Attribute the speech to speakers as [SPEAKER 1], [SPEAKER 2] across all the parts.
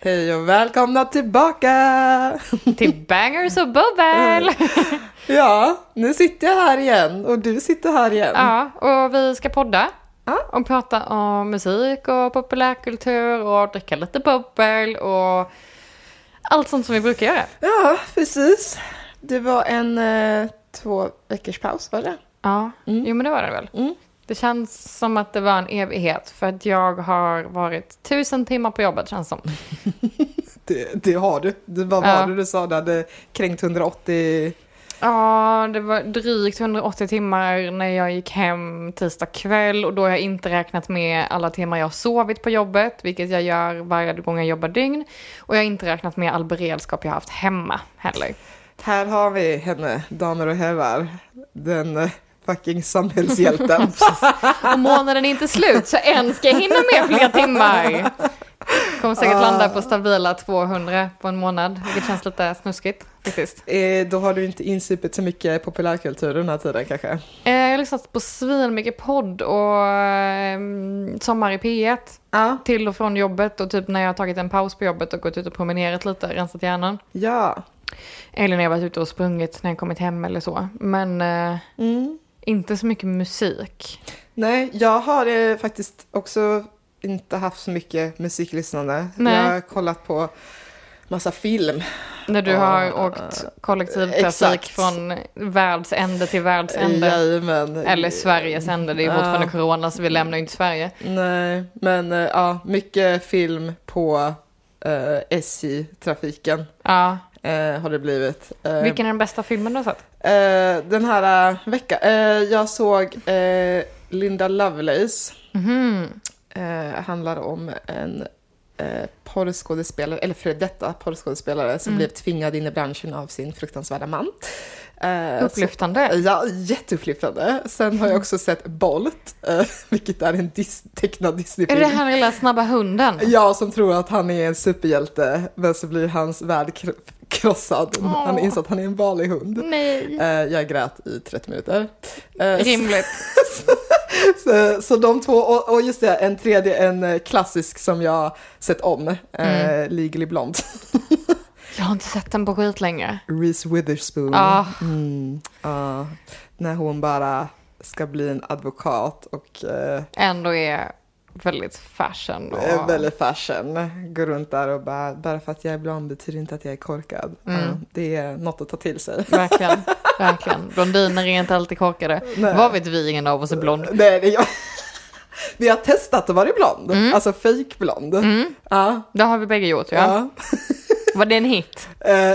[SPEAKER 1] Hej och välkomna tillbaka!
[SPEAKER 2] Till Bangers och Bubbel!
[SPEAKER 1] Ja, nu sitter jag här igen och du sitter här igen.
[SPEAKER 2] Ja, och vi ska podda.
[SPEAKER 1] Ja.
[SPEAKER 2] Och prata om musik och populärkultur och dricka lite bubbel och allt sånt som vi brukar göra.
[SPEAKER 1] Ja, precis. Det var en eh, två veckors paus, var det?
[SPEAKER 2] Ja, jo men det var det väl.
[SPEAKER 1] Mm.
[SPEAKER 2] Det känns som att det var en evighet för att jag har varit tusen timmar på jobbet känns som.
[SPEAKER 1] Det, det har du. Det var,
[SPEAKER 2] Ja.
[SPEAKER 1] var det du sa där, det kränkt 180...
[SPEAKER 2] Ja, det var drygt 180 timmar när jag gick hem tisdag kväll och då har jag inte räknat med alla timmar jag har sovit på jobbet, vilket jag gör varje gång jag jobbar dygn. Och jag har inte räknat med all beredskap jag har haft hemma heller.
[SPEAKER 1] Här har vi henne, damer och herrar. Den eh, fucking samhällshjälten.
[SPEAKER 2] Och månaden är inte slut, så än ska jag hinna med fler timmar. Kommer säkert landa på stabila 200 på en månad, vilket känns lite snuskigt faktiskt.
[SPEAKER 1] eh, då har du inte insupit så mycket populärkultur den här tiden kanske.
[SPEAKER 2] Eh, Jag har lyssnat på svinmycket podd och ehm, Sommar i P1.
[SPEAKER 1] Ja.
[SPEAKER 2] till och från jobbet och typ när jag har tagit en paus på jobbet och gått ut och promenerat lite, rensat hjärnan.
[SPEAKER 1] Ja.
[SPEAKER 2] Eller när jag varit ute och sprungit när jag kommit hem eller så. Men eh,
[SPEAKER 1] Mm.
[SPEAKER 2] inte så mycket musik.
[SPEAKER 1] Nej, jag har eh, faktiskt också inte haft så mycket musiklyssnande.
[SPEAKER 2] Nej.
[SPEAKER 1] Jag har kollat på massa film.
[SPEAKER 2] När du
[SPEAKER 1] Ah,
[SPEAKER 2] har åkt kollektivtrafik
[SPEAKER 1] exakt.
[SPEAKER 2] från världsände till världsände.
[SPEAKER 1] Jajamän.
[SPEAKER 2] Eller Sveriges ände, det är ju
[SPEAKER 1] Ja.
[SPEAKER 2] fortfarande corona så vi lämnar ju inte Sverige.
[SPEAKER 1] Nej, men eh, ja, mycket film på eh, SJ-trafiken
[SPEAKER 2] Ja.
[SPEAKER 1] eh, har det blivit. Eh,
[SPEAKER 2] Vilken är den bästa filmen du har sett?
[SPEAKER 1] eh, den här eh, veckan, eh, jag såg eh, Linda Lovelace.
[SPEAKER 2] Mhm.
[SPEAKER 1] eh, handlar om en eh, porrskådespelare, eller före detta porrskådespelare,
[SPEAKER 2] Mm.
[SPEAKER 1] som blev tvingad in i branschen av sin fruktansvärda man. Eh, så-
[SPEAKER 2] Upplyftande.
[SPEAKER 1] Ja, jätteupplyftande. Sen har jag också sett Bolt, eh, vilket är en dis tecknad
[SPEAKER 2] Är det den
[SPEAKER 1] Disneyfilm.
[SPEAKER 2] här lilla snabba hunden?
[SPEAKER 1] Ja, som tror att han är en superhjälte, men så blir hans värld kro- krossad. Han
[SPEAKER 2] Åh.
[SPEAKER 1] inser att han är en vanlig hund.
[SPEAKER 2] Nej.
[SPEAKER 1] Eh, jag grät i 30 minuter. Eh, så-
[SPEAKER 2] Rimligt.
[SPEAKER 1] så, så de två, och, och just det, en tredje, en eh, klassisk som jag sett om,
[SPEAKER 2] Mm.
[SPEAKER 1] eh, Legally Blonde.
[SPEAKER 2] Jag har inte sett den på skit längre.
[SPEAKER 1] Reese Witherspoon.
[SPEAKER 2] Ah.
[SPEAKER 1] Mm, ah. När hon bara ska bli en advokat och eh,
[SPEAKER 2] ändå är väldigt fashion. Och...
[SPEAKER 1] är väldigt fashion. Går runt där och bara, bara för att jag är blond betyder inte att jag är korkad.
[SPEAKER 2] Mm.
[SPEAKER 1] Ja, det är något att ta till sig.
[SPEAKER 2] Verkligen, verkligen. Blondiner är inte alltid korkade.
[SPEAKER 1] Nej.
[SPEAKER 2] Vad vet vi, ingen av oss är blond.
[SPEAKER 1] Nej, det är jag. Vi har testat att vara blond,
[SPEAKER 2] Mm.
[SPEAKER 1] alltså fake blond. Ja,
[SPEAKER 2] Det har vi bägge gjort, Mm. ja.
[SPEAKER 1] ja.
[SPEAKER 2] Var det en hit?
[SPEAKER 1] Eh,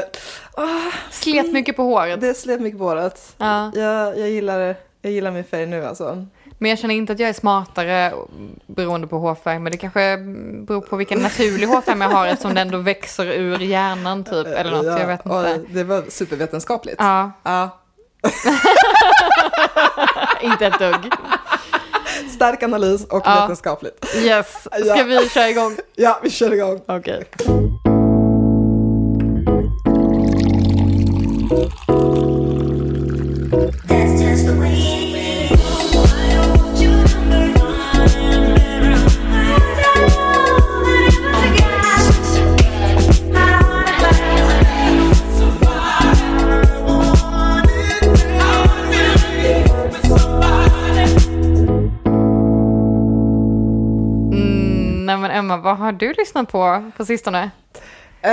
[SPEAKER 2] Slet mycket på håret.
[SPEAKER 1] det slet mycket på håret.
[SPEAKER 2] Ja.
[SPEAKER 1] Jag, jag, gillar, jag gillar min färg nu alltså.
[SPEAKER 2] Men jag känner inte att jag är smartare beroende på hårfärg. Men det kanske beror på vilken naturlig hårfärg jag har eftersom den ändå växer ur hjärnan typ. Eller något, jag vet inte.
[SPEAKER 1] oj, Det var supervetenskapligt.
[SPEAKER 2] Ja,
[SPEAKER 1] Ja.
[SPEAKER 2] inte ett dugg.
[SPEAKER 1] Stark analys och
[SPEAKER 2] Ja.
[SPEAKER 1] vetenskapligt.
[SPEAKER 2] Yes, ska
[SPEAKER 1] Ja.
[SPEAKER 2] vi köra igång?
[SPEAKER 1] Ja, vi kör igång.
[SPEAKER 2] Okej.
[SPEAKER 3] That's just the way it is. I want you number one. That's all I ever got. I wanna fly.
[SPEAKER 2] Mm, nej men Emma, vad har du lyssnat på på sistone?
[SPEAKER 1] Eh,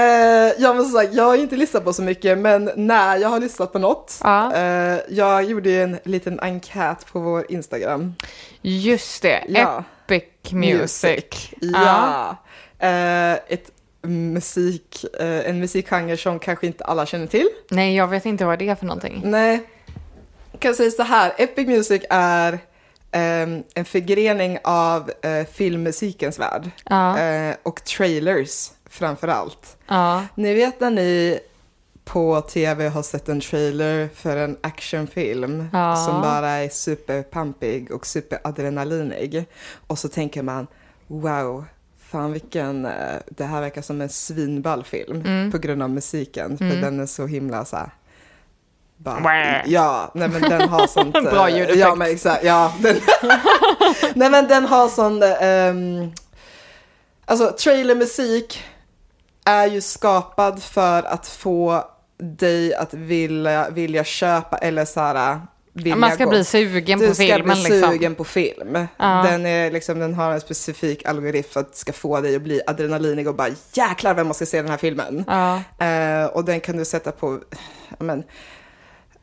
[SPEAKER 1] ja, men som sagt, jag har inte lyssnat på så mycket, men när jag har lyssnat på något.
[SPEAKER 2] Ja.
[SPEAKER 1] Eh, jag gjorde ju en liten enkät på vår Instagram.
[SPEAKER 2] Just det,
[SPEAKER 1] Ja.
[SPEAKER 2] Epic Music.
[SPEAKER 1] Ja. Eh, ett musik, eh, en musikgenre som kanske inte alla känner till.
[SPEAKER 2] Nej, jag vet inte vad det är för någonting.
[SPEAKER 1] Nej. Jag kan säga så här, Epic Music är ehm, en förgrening av eh, filmmusikens värld.
[SPEAKER 2] Ja.
[SPEAKER 1] Eh, och trailers framför allt.
[SPEAKER 2] Ja,
[SPEAKER 1] Ni vet när ni på tv har sett en trailer för en actionfilm
[SPEAKER 2] Ja.
[SPEAKER 1] som bara är superpampig och superadrenalinig. Och så tänker man, wow, fan vilken, eh, det här verkar som en svinball film på grund av musiken. För den är så himla så här. Bara,
[SPEAKER 2] Wah.
[SPEAKER 1] ja, nej men den har sånt... eh,
[SPEAKER 2] Bra ljudeffekt.
[SPEAKER 1] Ja, men exakt. Ja, den, eh, nej men den har sån... ehm, alltså trailermusik är ju skapad för att få dig att vilja, vilja köpa eller så här, vilja
[SPEAKER 2] Man ska
[SPEAKER 1] gå.
[SPEAKER 2] bli sugen på filmen
[SPEAKER 1] Du ska bli
[SPEAKER 2] liksom.
[SPEAKER 1] sugen på film.
[SPEAKER 2] Ja.
[SPEAKER 1] Den, är liksom, den har en specifik algoritm för att ska få dig att bli adrenalinig och bara jäklar vem man ska se den här filmen.
[SPEAKER 2] Ja.
[SPEAKER 1] Eh, och den kan du sätta på, ja, men,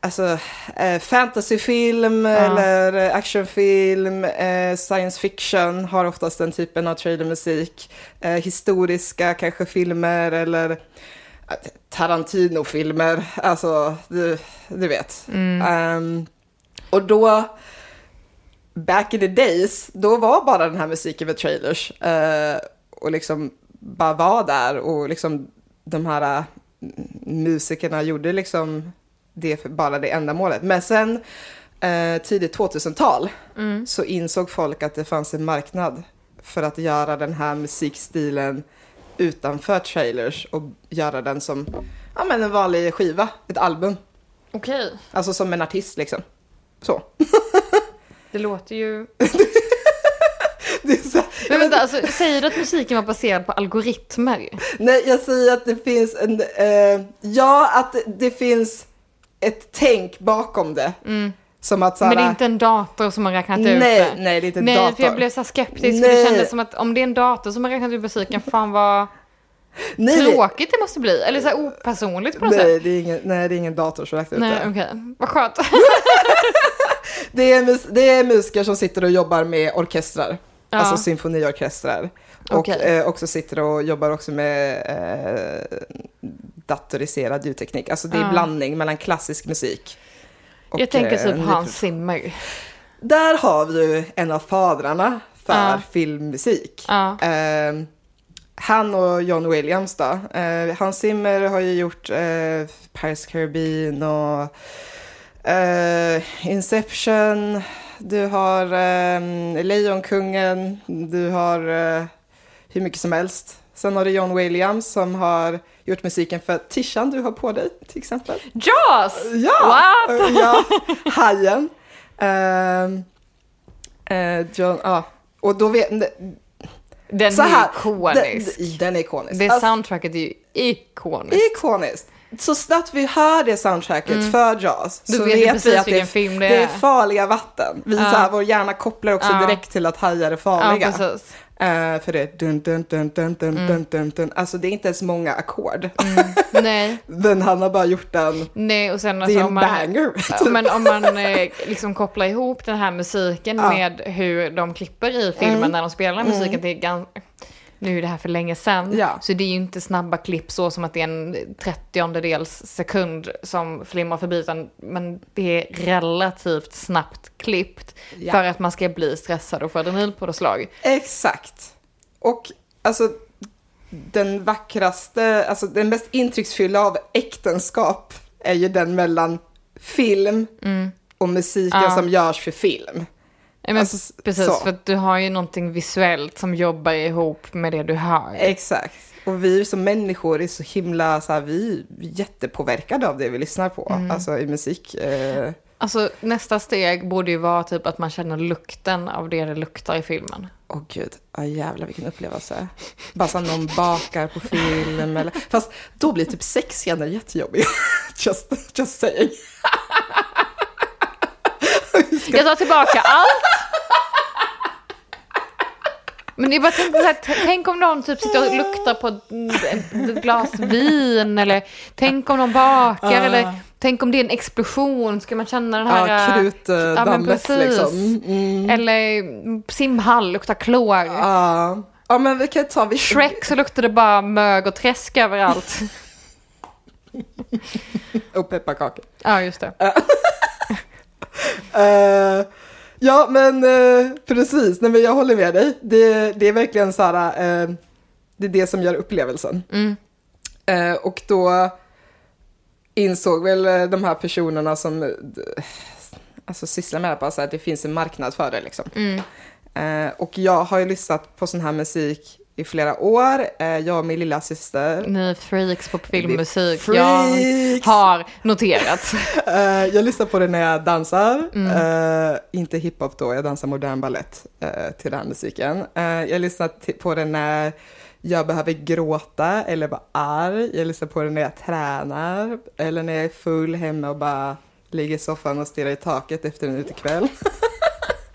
[SPEAKER 1] alltså eh, fantasyfilm eller eh, actionfilm, eh, science fiction har oftast den typen av trailermusik. Eh, historiska kanske filmer eller eh, Tarantino-filmer, alltså du, du vet. Ehm, och då, back in the days, då var bara den här musiken med trailers. eh, och liksom bara var där och liksom de här eh, musikerna gjorde liksom det för bara det ändamålet. Men sen eh, tidigt 2000-tal
[SPEAKER 2] Mm.
[SPEAKER 1] så insåg folk att det fanns en marknad för att göra den här musikstilen utanför trailers och göra den som ja, men en vanlig skiva, ett album.
[SPEAKER 2] Okej,
[SPEAKER 1] Alltså som en artist liksom. Så.
[SPEAKER 2] det låter ju...
[SPEAKER 1] Det är så
[SPEAKER 2] Men vänta, alltså, säger du att musiken var baserad på algoritmer?
[SPEAKER 1] Nej, jag säger att det finns en... Eh, ja, att det- det finns ett tänk bakom det. Som att såhär...
[SPEAKER 2] Mm. Men det är inte en dator som har räknat ut
[SPEAKER 1] Nej,
[SPEAKER 2] det?
[SPEAKER 1] nej, det är inte en
[SPEAKER 2] Nej,
[SPEAKER 1] dator.
[SPEAKER 2] för jag blev så här skeptisk för
[SPEAKER 1] Nej.
[SPEAKER 2] det kändes som att om det är en dator som har räknat ut musiken, fan vad
[SPEAKER 1] nej, det-
[SPEAKER 2] tråkigt det måste bli. Eller så här opersonligt på något
[SPEAKER 1] Nej
[SPEAKER 2] sätt.
[SPEAKER 1] det, är ingen, nej, det är ingen dator som räknar ut
[SPEAKER 2] Nej,
[SPEAKER 1] det.
[SPEAKER 2] okej. Vad skönt.
[SPEAKER 1] Det är, mus- det är musiker som sitter och jobbar med orkestrar.
[SPEAKER 2] Ja.
[SPEAKER 1] Alltså symfoniorkestrar. Och
[SPEAKER 2] Okej.
[SPEAKER 1] eh, också sitter och jobbar också med eh, datoriserad ljudteknik. Alltså det är
[SPEAKER 2] Ja.
[SPEAKER 1] blandning mellan klassisk musik. och,
[SPEAKER 2] jag tänker
[SPEAKER 1] eh,
[SPEAKER 2] typ
[SPEAKER 1] ny-
[SPEAKER 2] Hans Zimmer.
[SPEAKER 1] Där har vi ju en av fadrarna för
[SPEAKER 2] Ja.
[SPEAKER 1] filmmusik.
[SPEAKER 2] Ja.
[SPEAKER 1] Eh, han och John Williams då. Eh, Hans Zimmer har ju gjort eh, Paris Caribbean och eh, Inception. Du har eh, Lejonkungen. Du har eh, hur mycket som helst. Sen har du John Williams som har gjort musiken för Tishan du har på dig till exempel.
[SPEAKER 2] Jaws!
[SPEAKER 1] Ja!
[SPEAKER 2] What?
[SPEAKER 1] Eh, Ja, hajen. Ehm, eh, John, ja. Och då vet...
[SPEAKER 2] Den
[SPEAKER 1] Så här.
[SPEAKER 2] är ikonisk.
[SPEAKER 1] Den, den är ikonisk.
[SPEAKER 2] Det
[SPEAKER 1] Alltså,
[SPEAKER 2] soundtracket är ju ikoniskt.
[SPEAKER 1] Ikoniskt. Så snabbt vi hör det soundtracket för Jaws
[SPEAKER 2] Då
[SPEAKER 1] så
[SPEAKER 2] Mm. vet vi precis
[SPEAKER 1] vi att det är,
[SPEAKER 2] vilken film det
[SPEAKER 1] det är
[SPEAKER 2] är.
[SPEAKER 1] farliga vatten. Vi, så här, vår hjärna kopplar också
[SPEAKER 2] Ja.
[SPEAKER 1] direkt till att hajar är
[SPEAKER 2] Ja,
[SPEAKER 1] farliga.
[SPEAKER 2] precis. Mm.
[SPEAKER 1] Eh, för det är dun, dun, dun, dun, dun, dun, dun, dun. Alltså det är inte ens många ackord.
[SPEAKER 2] Nej.
[SPEAKER 1] Men han har bara gjort den.
[SPEAKER 2] Nej, och sen
[SPEAKER 1] det
[SPEAKER 2] alltså
[SPEAKER 1] är
[SPEAKER 2] om
[SPEAKER 1] en
[SPEAKER 2] man...
[SPEAKER 1] banger.
[SPEAKER 2] Ja, Men om man eh, liksom kopplar ihop den här musiken
[SPEAKER 1] Ja. Mm.
[SPEAKER 2] med hur de klipper i filmen när de spelar den här musiken. Det är ganska... Nu är det här för länge sedan,
[SPEAKER 1] Ja.
[SPEAKER 2] så det är ju inte snabba klipp så som att det är en trettiondels sekund som flimrar förbi, utan men det är relativt snabbt klippt
[SPEAKER 1] Ja.
[SPEAKER 2] för att man ska bli stressad och få adrenalinpåslag.
[SPEAKER 1] Exakt. Och alltså den vackraste, alltså den mest intrycksfyllda av äktenskap är ju den mellan film och musiken
[SPEAKER 2] Mm. Ja.
[SPEAKER 1] som görs för film.
[SPEAKER 2] Ja, Men
[SPEAKER 1] Alltså,
[SPEAKER 2] precis,
[SPEAKER 1] så.
[SPEAKER 2] för att du har ju någonting visuellt som jobbar ihop med det du hör.
[SPEAKER 1] Exakt. Och vi som människor är så himla, så här, vi är jättepåverkade av det vi lyssnar på,
[SPEAKER 2] Mm.
[SPEAKER 1] alltså i musik. Eh,
[SPEAKER 2] Alltså nästa steg borde ju vara typ att man känner lukten av det det luktar i filmen.
[SPEAKER 1] Åh gud, ja jävlar vilken upplevelse. Bara så att någon bakar på film eller... Fast då blir typ sexscener jättejobbiga. Just, just saying.
[SPEAKER 2] Jag tar tillbaka allt! Men jag bara tänkte så här, t- tänk om någon typ sitter och luktar på ett- ett glas vin eller tänk om någon bakar
[SPEAKER 1] Ah.
[SPEAKER 2] eller tänk om det är en explosion, ska man känna den här...
[SPEAKER 1] Ja,
[SPEAKER 2] äh, ja, men
[SPEAKER 1] krutdammet
[SPEAKER 2] precis.
[SPEAKER 1] liksom. Mm.
[SPEAKER 2] Eller simhall, luktar klor.
[SPEAKER 1] Ja. ja, men vi kan ta... Vi,
[SPEAKER 2] Shrek så luktar det bara mög och träsk överallt.
[SPEAKER 1] Och pepparkakor.
[SPEAKER 2] Ja, just det.
[SPEAKER 1] Eh, ja, men eh, precis. Nej, men jag håller med dig. Det, det är verkligen så här... eh, det är det som gör upplevelsen.
[SPEAKER 2] Mm.
[SPEAKER 1] Eh, och då insåg väl eh, de här personerna som eh, d- alltså, sysslar med det här bara så här, det finns en marknad för det liksom.
[SPEAKER 2] Mm.
[SPEAKER 1] Eh, och jag har ju lyssnat på sån här musik i flera år. Eh, jag och min lilla syster.
[SPEAKER 2] Ni är freaks på filmmusik.
[SPEAKER 1] freaks.
[SPEAKER 2] Jag har noterat.
[SPEAKER 1] Eh, jag lyssnar på det när jag dansar. Eh, inte hiphop då, jag dansar modern ballett eh, till den här musiken. Eh, jag lyssnar ti- på det när jag behöver gråta eller vara arg. Jag lyssnar på det när jag tränar eller när jag är full hemma och bara ligger i soffan och stirrar i taket efter en utekväll.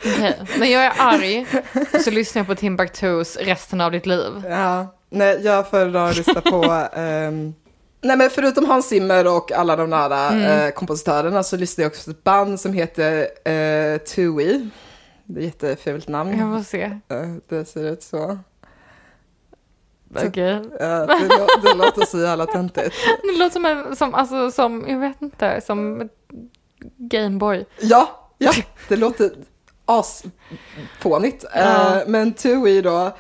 [SPEAKER 2] Okej. När jag är arg så lyssnar jag på Timbuktus resten av ditt liv.
[SPEAKER 1] Ja, nej, jag föredrar att lyssna på... ehm, nej, men förutom Hans Zimmer och alla de där eh, kompositörerna så lyssnar jag också på ett band som heter eh, Tui. Det är ett jättefult namn.
[SPEAKER 2] Jag får se.
[SPEAKER 1] Eh, det ser ut så.
[SPEAKER 2] Okej.
[SPEAKER 1] Eh, det, lå- det låter så jävla töntigt.
[SPEAKER 2] Det låter som, en, som, alltså, som, jag vet inte, som ett Gameboy.
[SPEAKER 1] Ja, ja, det låter asfånigt.
[SPEAKER 2] Ja.
[SPEAKER 1] Eh, men Tui då,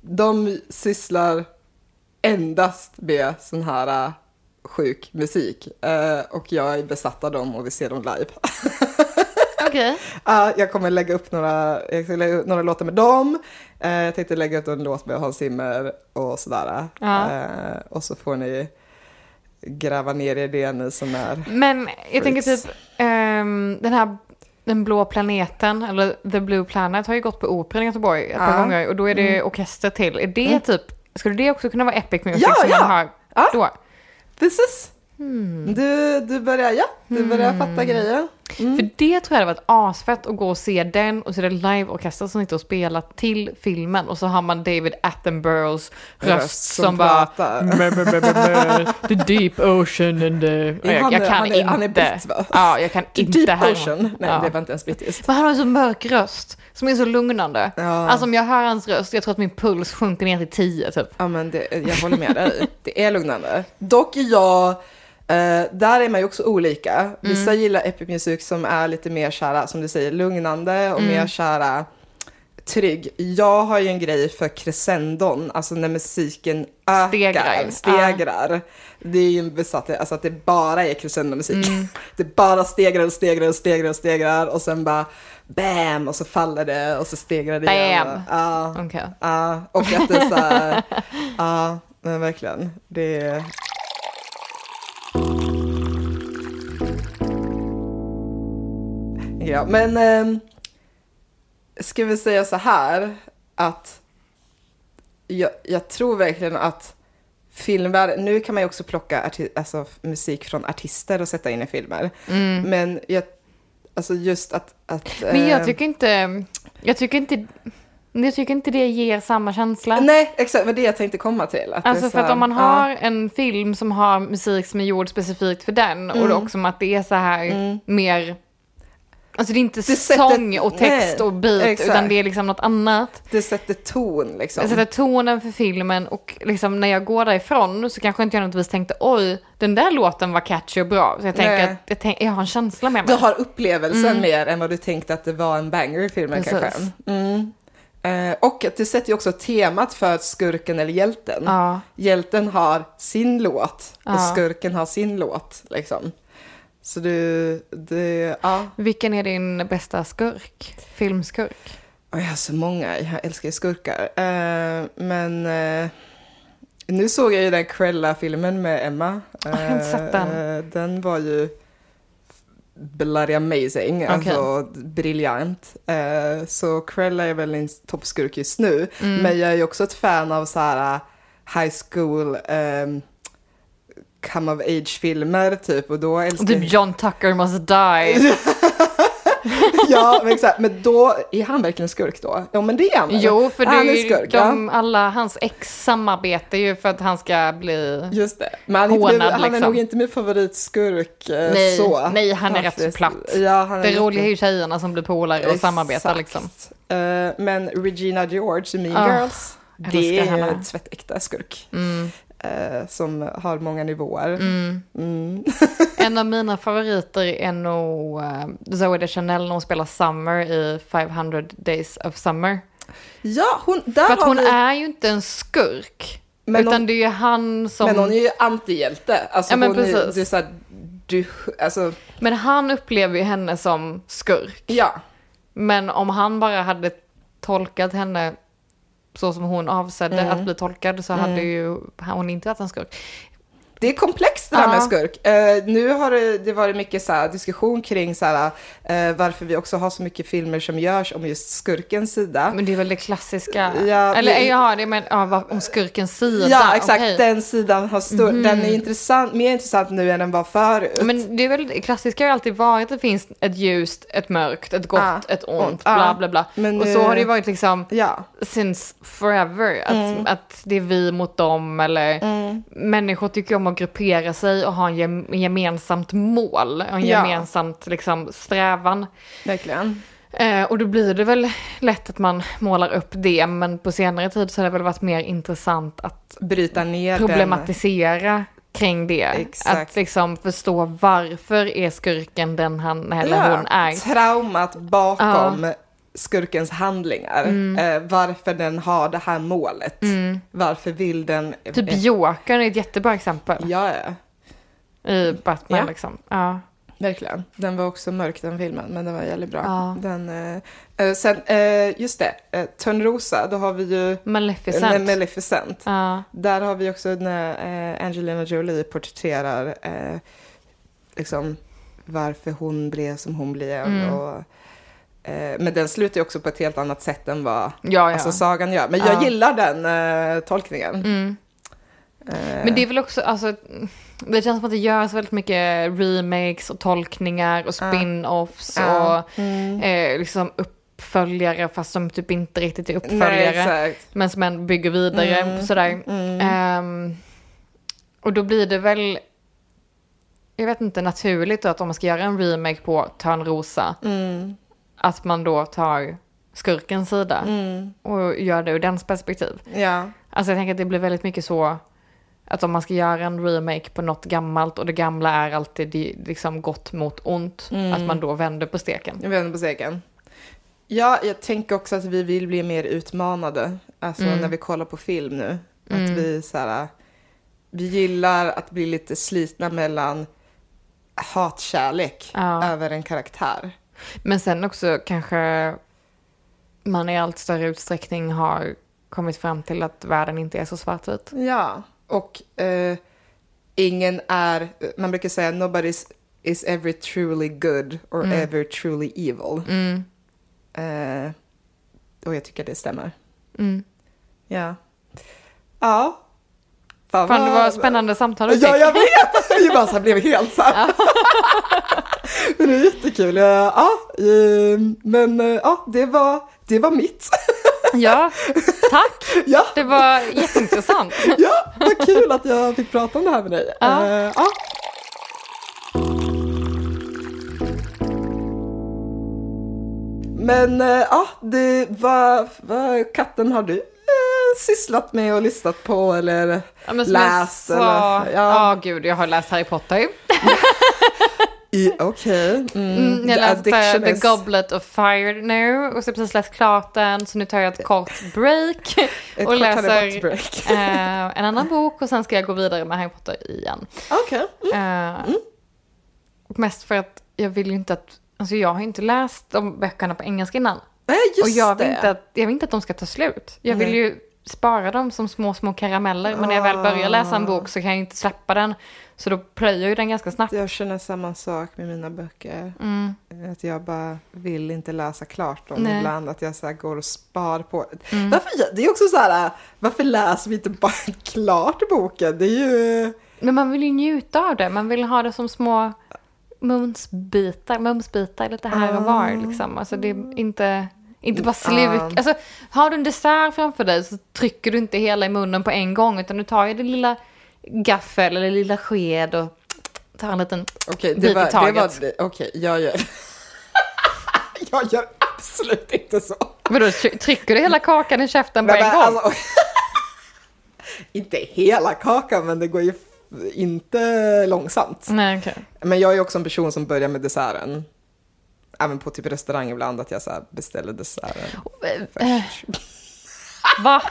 [SPEAKER 1] de sysslar endast med sån här eh, sjuk musik. Eh, och jag är besatt av dem och vill se dem live.
[SPEAKER 2] Okej.
[SPEAKER 1] Ja, jag kommer lägga upp några, jag ska lägga upp några låtar med dem. Eh, jag tänkte lägga upp en låt med Hans Zimmer och sådär.
[SPEAKER 2] Ja.
[SPEAKER 1] Eh, och så får ni gräva ner i det ni som är...
[SPEAKER 2] Men jag tänker
[SPEAKER 1] Freaks.
[SPEAKER 2] typ, ehm, den här den blå planeten, eller The Blue Planet, har ju gått på Operan i Göteborg ett par
[SPEAKER 1] Ja. Mm.
[SPEAKER 2] gånger och då är det orkester till. Är det typ, skulle det också kunna vara epic music
[SPEAKER 1] Ja,
[SPEAKER 2] som
[SPEAKER 1] ja.
[SPEAKER 2] man har
[SPEAKER 1] Ja.
[SPEAKER 2] då?
[SPEAKER 1] Precis! Du, du börjar, ja, du börjar fatta grejer.
[SPEAKER 2] För det tror jag hade varit asfett att gå och se den och så är det liveorkester som sitter och spelar till filmen och så har man David Attenboroughs röst, som, bara... mm.
[SPEAKER 1] pratar.
[SPEAKER 2] Meh, meh, meh, meh, meh. The deep ocean and the...
[SPEAKER 1] Nej,
[SPEAKER 2] Jag,
[SPEAKER 1] han
[SPEAKER 2] jag
[SPEAKER 1] är-
[SPEAKER 2] kan
[SPEAKER 1] han är-
[SPEAKER 2] inte.
[SPEAKER 1] han är britt, va?
[SPEAKER 2] Ja, jag kan inte
[SPEAKER 1] Deep
[SPEAKER 2] här.
[SPEAKER 1] Typ Ocean. Nej,
[SPEAKER 2] ja.
[SPEAKER 1] det var inte ens brittiskt.
[SPEAKER 2] För han har en så mörk röst som är så lugnande.
[SPEAKER 1] Ja.
[SPEAKER 2] Alltså om jag hör hans röst, jag tror att min puls sjunker ner till 10 typ.
[SPEAKER 1] Ja, men det, jag håller med dig. Det är lugnande. Dock är jag, eh, där är man ju också olika. Vissa gillar epic music som är lite mer kära, som du säger, lugnande och mer kära trygg. Jag har ju en grej för crescendon, alltså när musiken ökar,
[SPEAKER 2] Stegrar.
[SPEAKER 1] stegrar. Det är ju en besatthet, alltså att det bara är crescendomusik. Det bara stegrar och stegrar och stegrar och stegrar och sen bara bam och så faller det och så stegrar det igen.
[SPEAKER 2] Bam.
[SPEAKER 1] Ja.
[SPEAKER 2] Okej.
[SPEAKER 1] Ja, och att det är så här, ja, men verkligen. Det är... Ja, men ehm, ska vi säga så här att jag, jag tror verkligen att filmvärlden, nu kan man ju också plocka arti- alltså, f- musik från artister och sätta in i filmer, men jag, alltså just att, att
[SPEAKER 2] Mm. Men jag
[SPEAKER 1] Mm. eh,
[SPEAKER 2] tycker inte... Jag tycker inte... Jag tycker inte det ger samma känsla.
[SPEAKER 1] Nej, exakt. Det var det jag tänkte komma till. Att det är
[SPEAKER 2] Alltså
[SPEAKER 1] så
[SPEAKER 2] för att
[SPEAKER 1] här,
[SPEAKER 2] om man
[SPEAKER 1] ja.
[SPEAKER 2] har en film som har musik som är gjord specifikt för den och
[SPEAKER 1] Mm.
[SPEAKER 2] det också att det är så här mer... Alltså det är inte
[SPEAKER 1] Det sättet-
[SPEAKER 2] sång och text
[SPEAKER 1] nej,
[SPEAKER 2] och beat
[SPEAKER 1] exakt.
[SPEAKER 2] utan det är liksom något annat.
[SPEAKER 1] Det sätter ton liksom.
[SPEAKER 2] Jag sätter tonen för filmen och liksom när jag går därifrån så kanske inte jag nödvändigtvis tänkte oj, den där låten var catchy och bra. Så jag tänker
[SPEAKER 1] Nej.
[SPEAKER 2] att jag, tänk, jag har en känsla med
[SPEAKER 1] Du
[SPEAKER 2] mig.
[SPEAKER 1] har upplevelsen mer än vad du tänkte att det var en banger i filmen
[SPEAKER 2] Mm. Precis.
[SPEAKER 1] kanske. Mm. Eh, och att det sätter ju också temat för skurken eller hjälten.
[SPEAKER 2] Ja.
[SPEAKER 1] Hjälten har sin låt och
[SPEAKER 2] Ja.
[SPEAKER 1] skurken har sin låt liksom. Så du, det, ja.
[SPEAKER 2] Vilken är din bästa skurk? Filmskurk?
[SPEAKER 1] Och jag har så många, jag älskar ju skurkar. Eh, men eh, nu såg jag ju den Cruella-filmen med Emma.
[SPEAKER 2] jag har inte sett den.
[SPEAKER 1] Eh, den var ju bloody amazing, alltså briljant. Eh, så Cruella är väl en toppskurk just nu.
[SPEAKER 2] Mm.
[SPEAKER 1] Men jag är ju också ett fan av så här eh, high school ehm, come of age-filmer typ. Och då älskar jag...
[SPEAKER 2] Typ John Tucker must die.
[SPEAKER 1] ja, men exakt. Men då, är han verkligen skurk då? Ja, men det är han väl?
[SPEAKER 2] Jo, för det
[SPEAKER 1] Han
[SPEAKER 2] är ju
[SPEAKER 1] skurk, ja.
[SPEAKER 2] de, alla hans ex samarbetar ju för att han ska bli...
[SPEAKER 1] Just det. Men han, är inte,
[SPEAKER 2] Hånad,
[SPEAKER 1] min- han är
[SPEAKER 2] liksom.
[SPEAKER 1] nog inte min favoritskurk eh,
[SPEAKER 2] Nej,
[SPEAKER 1] så.
[SPEAKER 2] nej, han är rätt så
[SPEAKER 1] Faktiskt.
[SPEAKER 2] platt.
[SPEAKER 1] Ja, han
[SPEAKER 2] Det
[SPEAKER 1] är
[SPEAKER 2] roliga är
[SPEAKER 1] jätte-
[SPEAKER 2] ju tjejerna som blir polare och
[SPEAKER 1] Exakt.
[SPEAKER 2] samarbetar liksom.
[SPEAKER 1] Eh, men Regina George i Mean
[SPEAKER 2] Ah,
[SPEAKER 1] Girls,
[SPEAKER 2] älskar
[SPEAKER 1] det är ju
[SPEAKER 2] henne.
[SPEAKER 1] en tvättäkta skurk.
[SPEAKER 2] Mm,
[SPEAKER 1] Eh, som har många nivåer. Mm.
[SPEAKER 2] En av mina favoriter är nog eh, Zoe de Chanel när hon spelar Summer i 500 Days of Summer.
[SPEAKER 1] Ja, hon, där
[SPEAKER 2] För att
[SPEAKER 1] har
[SPEAKER 2] hon
[SPEAKER 1] vi,
[SPEAKER 2] är ju inte en skurk.
[SPEAKER 1] Men
[SPEAKER 2] utan
[SPEAKER 1] hon-
[SPEAKER 2] det är ju han som...
[SPEAKER 1] Men hon är ju antihjälte. Alltså,
[SPEAKER 2] Ja, men
[SPEAKER 1] hon är,
[SPEAKER 2] precis.
[SPEAKER 1] det är så här, du, alltså,
[SPEAKER 2] Men han upplever ju henne som skurk.
[SPEAKER 1] ja.
[SPEAKER 2] Men om han bara hade tolkat henne
[SPEAKER 1] Mm.
[SPEAKER 2] så som hon avsedde att bli tolkad så hade ju hon inte varit en skurk.
[SPEAKER 1] Det är komplext det där
[SPEAKER 2] Ja.
[SPEAKER 1] med skurk. Eh, nu har det, det varit mycket så här, diskussion kring så här, eh, varför vi också har så mycket filmer som görs om just skurkens sida.
[SPEAKER 2] Men det är väl det klassiska?
[SPEAKER 1] Ja,
[SPEAKER 2] Eller
[SPEAKER 1] det-
[SPEAKER 2] jaha, det men, ja, vad- om skurkens sida?
[SPEAKER 1] Ja, exakt.
[SPEAKER 2] okej. Mhm.
[SPEAKER 1] Den sidan har stor, den är intressant, mer intressant nu än den var förut.
[SPEAKER 2] Men det är väl det klassiska har ju alltid varit att det finns ett ljust, ett mörkt, ett gott,
[SPEAKER 1] Ja.
[SPEAKER 2] ett ont,
[SPEAKER 1] Ont. Ja.
[SPEAKER 2] bla bla bla.
[SPEAKER 1] Men
[SPEAKER 2] och
[SPEAKER 1] nu-
[SPEAKER 2] så har det ju varit liksom
[SPEAKER 1] ja.
[SPEAKER 2] since forever. Att,
[SPEAKER 1] Mm.
[SPEAKER 2] att det är vi mot dem eller människor tycker om att gruppera sig och ha en gem- gemensamt mål. Och en
[SPEAKER 1] Ja.
[SPEAKER 2] gemensamt liksom strävan.
[SPEAKER 1] Verkligen.
[SPEAKER 2] Eh, och då blir det väl lätt att man målar upp det. Men på senare tid så har det väl varit mer intressant att
[SPEAKER 1] Bryta ner den.
[SPEAKER 2] problematisera kring det.
[SPEAKER 1] Exakt.
[SPEAKER 2] Att liksom förstå varför är skurken den han eller hon är.
[SPEAKER 1] Traumat bakom skurkens handlingar.
[SPEAKER 2] Mm.
[SPEAKER 1] Eh, varför den har det här målet. Varför vill den...
[SPEAKER 2] Typ
[SPEAKER 1] eh,
[SPEAKER 2] Jokern är ett jättebra exempel
[SPEAKER 1] ja, ja,
[SPEAKER 2] i Batman
[SPEAKER 1] Ja.
[SPEAKER 2] liksom. Ja.
[SPEAKER 1] verkligen. Den var också mörk den filmen, men den var jävligt bra.
[SPEAKER 2] Ja.
[SPEAKER 1] Den, eh, eh, sen, eh, just det, eh, Törnrosa, då har vi ju
[SPEAKER 2] Maleficent.
[SPEAKER 1] eh, Maleficent.
[SPEAKER 2] ja.
[SPEAKER 1] Där har vi också när eh, Angelina Jolie porträtterar eh, liksom, varför hon blev som hon blev.
[SPEAKER 2] Mm.
[SPEAKER 1] Och, eh, men den slutar ju också på ett helt annat sätt än vad
[SPEAKER 2] Ja, ja.
[SPEAKER 1] alltså, sagan gör. Men jag
[SPEAKER 2] Ja.
[SPEAKER 1] gillar den eh, tolkningen.
[SPEAKER 2] mm.
[SPEAKER 1] Eh,
[SPEAKER 2] Men det är väl också, alltså, det känns som att det görs väldigt mycket remakes och tolkningar och
[SPEAKER 1] Ja.
[SPEAKER 2] spin-offs
[SPEAKER 1] ja.
[SPEAKER 2] och
[SPEAKER 1] Mm.
[SPEAKER 2] eh, liksom uppföljare fast som typ inte riktigt är
[SPEAKER 1] Nej,
[SPEAKER 2] uppföljare.
[SPEAKER 1] exakt.
[SPEAKER 2] men som ändå bygger vidare
[SPEAKER 1] Mm.
[SPEAKER 2] och sådär.
[SPEAKER 1] Mm.
[SPEAKER 2] Ehm, och då blir det väl, jag vet inte, naturligt då att om man ska göra en remake på Törnrosa,
[SPEAKER 1] Mm.
[SPEAKER 2] att man då tar skurkens sida
[SPEAKER 1] Mm.
[SPEAKER 2] och gör det ur dens perspektiv.
[SPEAKER 1] Ja.
[SPEAKER 2] Alltså jag tänker att det blir väldigt mycket så att om man ska göra en remake på något gammalt och det gamla är alltid det- liksom gott mot ont,
[SPEAKER 1] Mm.
[SPEAKER 2] att man då vänder på steken.
[SPEAKER 1] Jag vänder på steken. Ja, jag tänker också att vi vill bli mer utmanade. Alltså
[SPEAKER 2] Mm.
[SPEAKER 1] när vi kollar på film nu.
[SPEAKER 2] Mm.
[SPEAKER 1] Att vi så här, vi gillar att bli lite slitna mellan hatkärlek
[SPEAKER 2] Ja.
[SPEAKER 1] över en karaktär.
[SPEAKER 2] Men sen också kanske man i allt större utsträckning har kommit fram till att världen inte är så svartvit.
[SPEAKER 1] Ja, och eh, ingen är, man brukar säga nobody's is ever truly good or
[SPEAKER 2] Mm.
[SPEAKER 1] ever truly evil.
[SPEAKER 2] Mm.
[SPEAKER 1] Eh, och jag tycker det stämmer.
[SPEAKER 2] Mm.
[SPEAKER 1] Ja. Ja. Fan,
[SPEAKER 2] Fan, det var
[SPEAKER 1] vad-
[SPEAKER 2] spännande samtal du fick.
[SPEAKER 1] Ja, jag vet! Jag bara så här blev helt så här. Men det är jättekul. Eh, Ja, eh, men eh, ja, det var, det var mitt.
[SPEAKER 2] Ja, tack.
[SPEAKER 1] Ja,
[SPEAKER 2] Det var jätteintressant.
[SPEAKER 1] ja, vad kul att jag fick prata om det här med dig.
[SPEAKER 2] Ja.
[SPEAKER 1] Eh, ja. Men eh, ja, det, vad, vad katten har du eh, sysslat med och lyssnat på eller
[SPEAKER 2] Ja, men som jag
[SPEAKER 1] läst?
[SPEAKER 2] sa-
[SPEAKER 1] eller,
[SPEAKER 2] Ja, gud, jag har läst Harry Potter.
[SPEAKER 1] I- Okej. Mm.
[SPEAKER 2] Mm, jag
[SPEAKER 1] The
[SPEAKER 2] läste
[SPEAKER 1] addiction
[SPEAKER 2] The
[SPEAKER 1] is-
[SPEAKER 2] Goblet of Fire nu och så har jag precis läst klart den så nu tar jag ett kort break
[SPEAKER 1] Ett
[SPEAKER 2] och
[SPEAKER 1] kort
[SPEAKER 2] läser
[SPEAKER 1] Break.
[SPEAKER 2] eh, en annan bok och sen ska jag gå vidare med Harry Potter igen.
[SPEAKER 1] Okej.
[SPEAKER 2] Eh,
[SPEAKER 1] mm.
[SPEAKER 2] och Mest för att jag vill ju inte att, alltså jag har ju inte läst de böckerna på engelska innan.
[SPEAKER 1] Nej, just
[SPEAKER 2] och jag vill,
[SPEAKER 1] det.
[SPEAKER 2] inte att, jag vill inte att de ska ta slut. Jag vill
[SPEAKER 1] Nej.
[SPEAKER 2] ju spara dem som små, små karameller. Men när jag väl börjar läsa
[SPEAKER 1] Ah.
[SPEAKER 2] en bok så kan jag inte släppa den. Så då plöjer jag ju den ganska snabbt.
[SPEAKER 1] Jag känner samma sak med mina böcker.
[SPEAKER 2] Mm.
[SPEAKER 1] Att jag bara vill inte läsa klart dem
[SPEAKER 2] Nej. Mm.
[SPEAKER 1] ibland. Att jag så här går och spar på. Varför, det är också så här, äh, varför läser vi inte bara klart boken? Det är ju...
[SPEAKER 2] Men man vill ju njuta av det. Man vill ha det som små mumsbitar, mumsbitar lite här och var. Liksom. Alltså det är inte... Inte bara sluk.
[SPEAKER 1] Ah.
[SPEAKER 2] Alltså, har du en dessert framför dig så trycker du inte hela i munnen på en gång utan du tar ju det lilla gaffel eller lilla sked och tar en liten
[SPEAKER 1] Okej,
[SPEAKER 2] Bit i
[SPEAKER 1] det var... Det
[SPEAKER 2] taget.
[SPEAKER 1] var det- Okej, jag gör... jag gör absolut inte så.
[SPEAKER 2] Vadå, try- trycker du hela kakan i käften på
[SPEAKER 1] Nej,
[SPEAKER 2] en
[SPEAKER 1] men
[SPEAKER 2] gång?
[SPEAKER 1] alltså- inte hela kakan, men det går ju f- inte långsamt.
[SPEAKER 2] Nej, okej.
[SPEAKER 1] Men jag är också en person som börjar med desserten. Även på typ restaurang ibland att jag så här beställer desserten. först.
[SPEAKER 2] Va?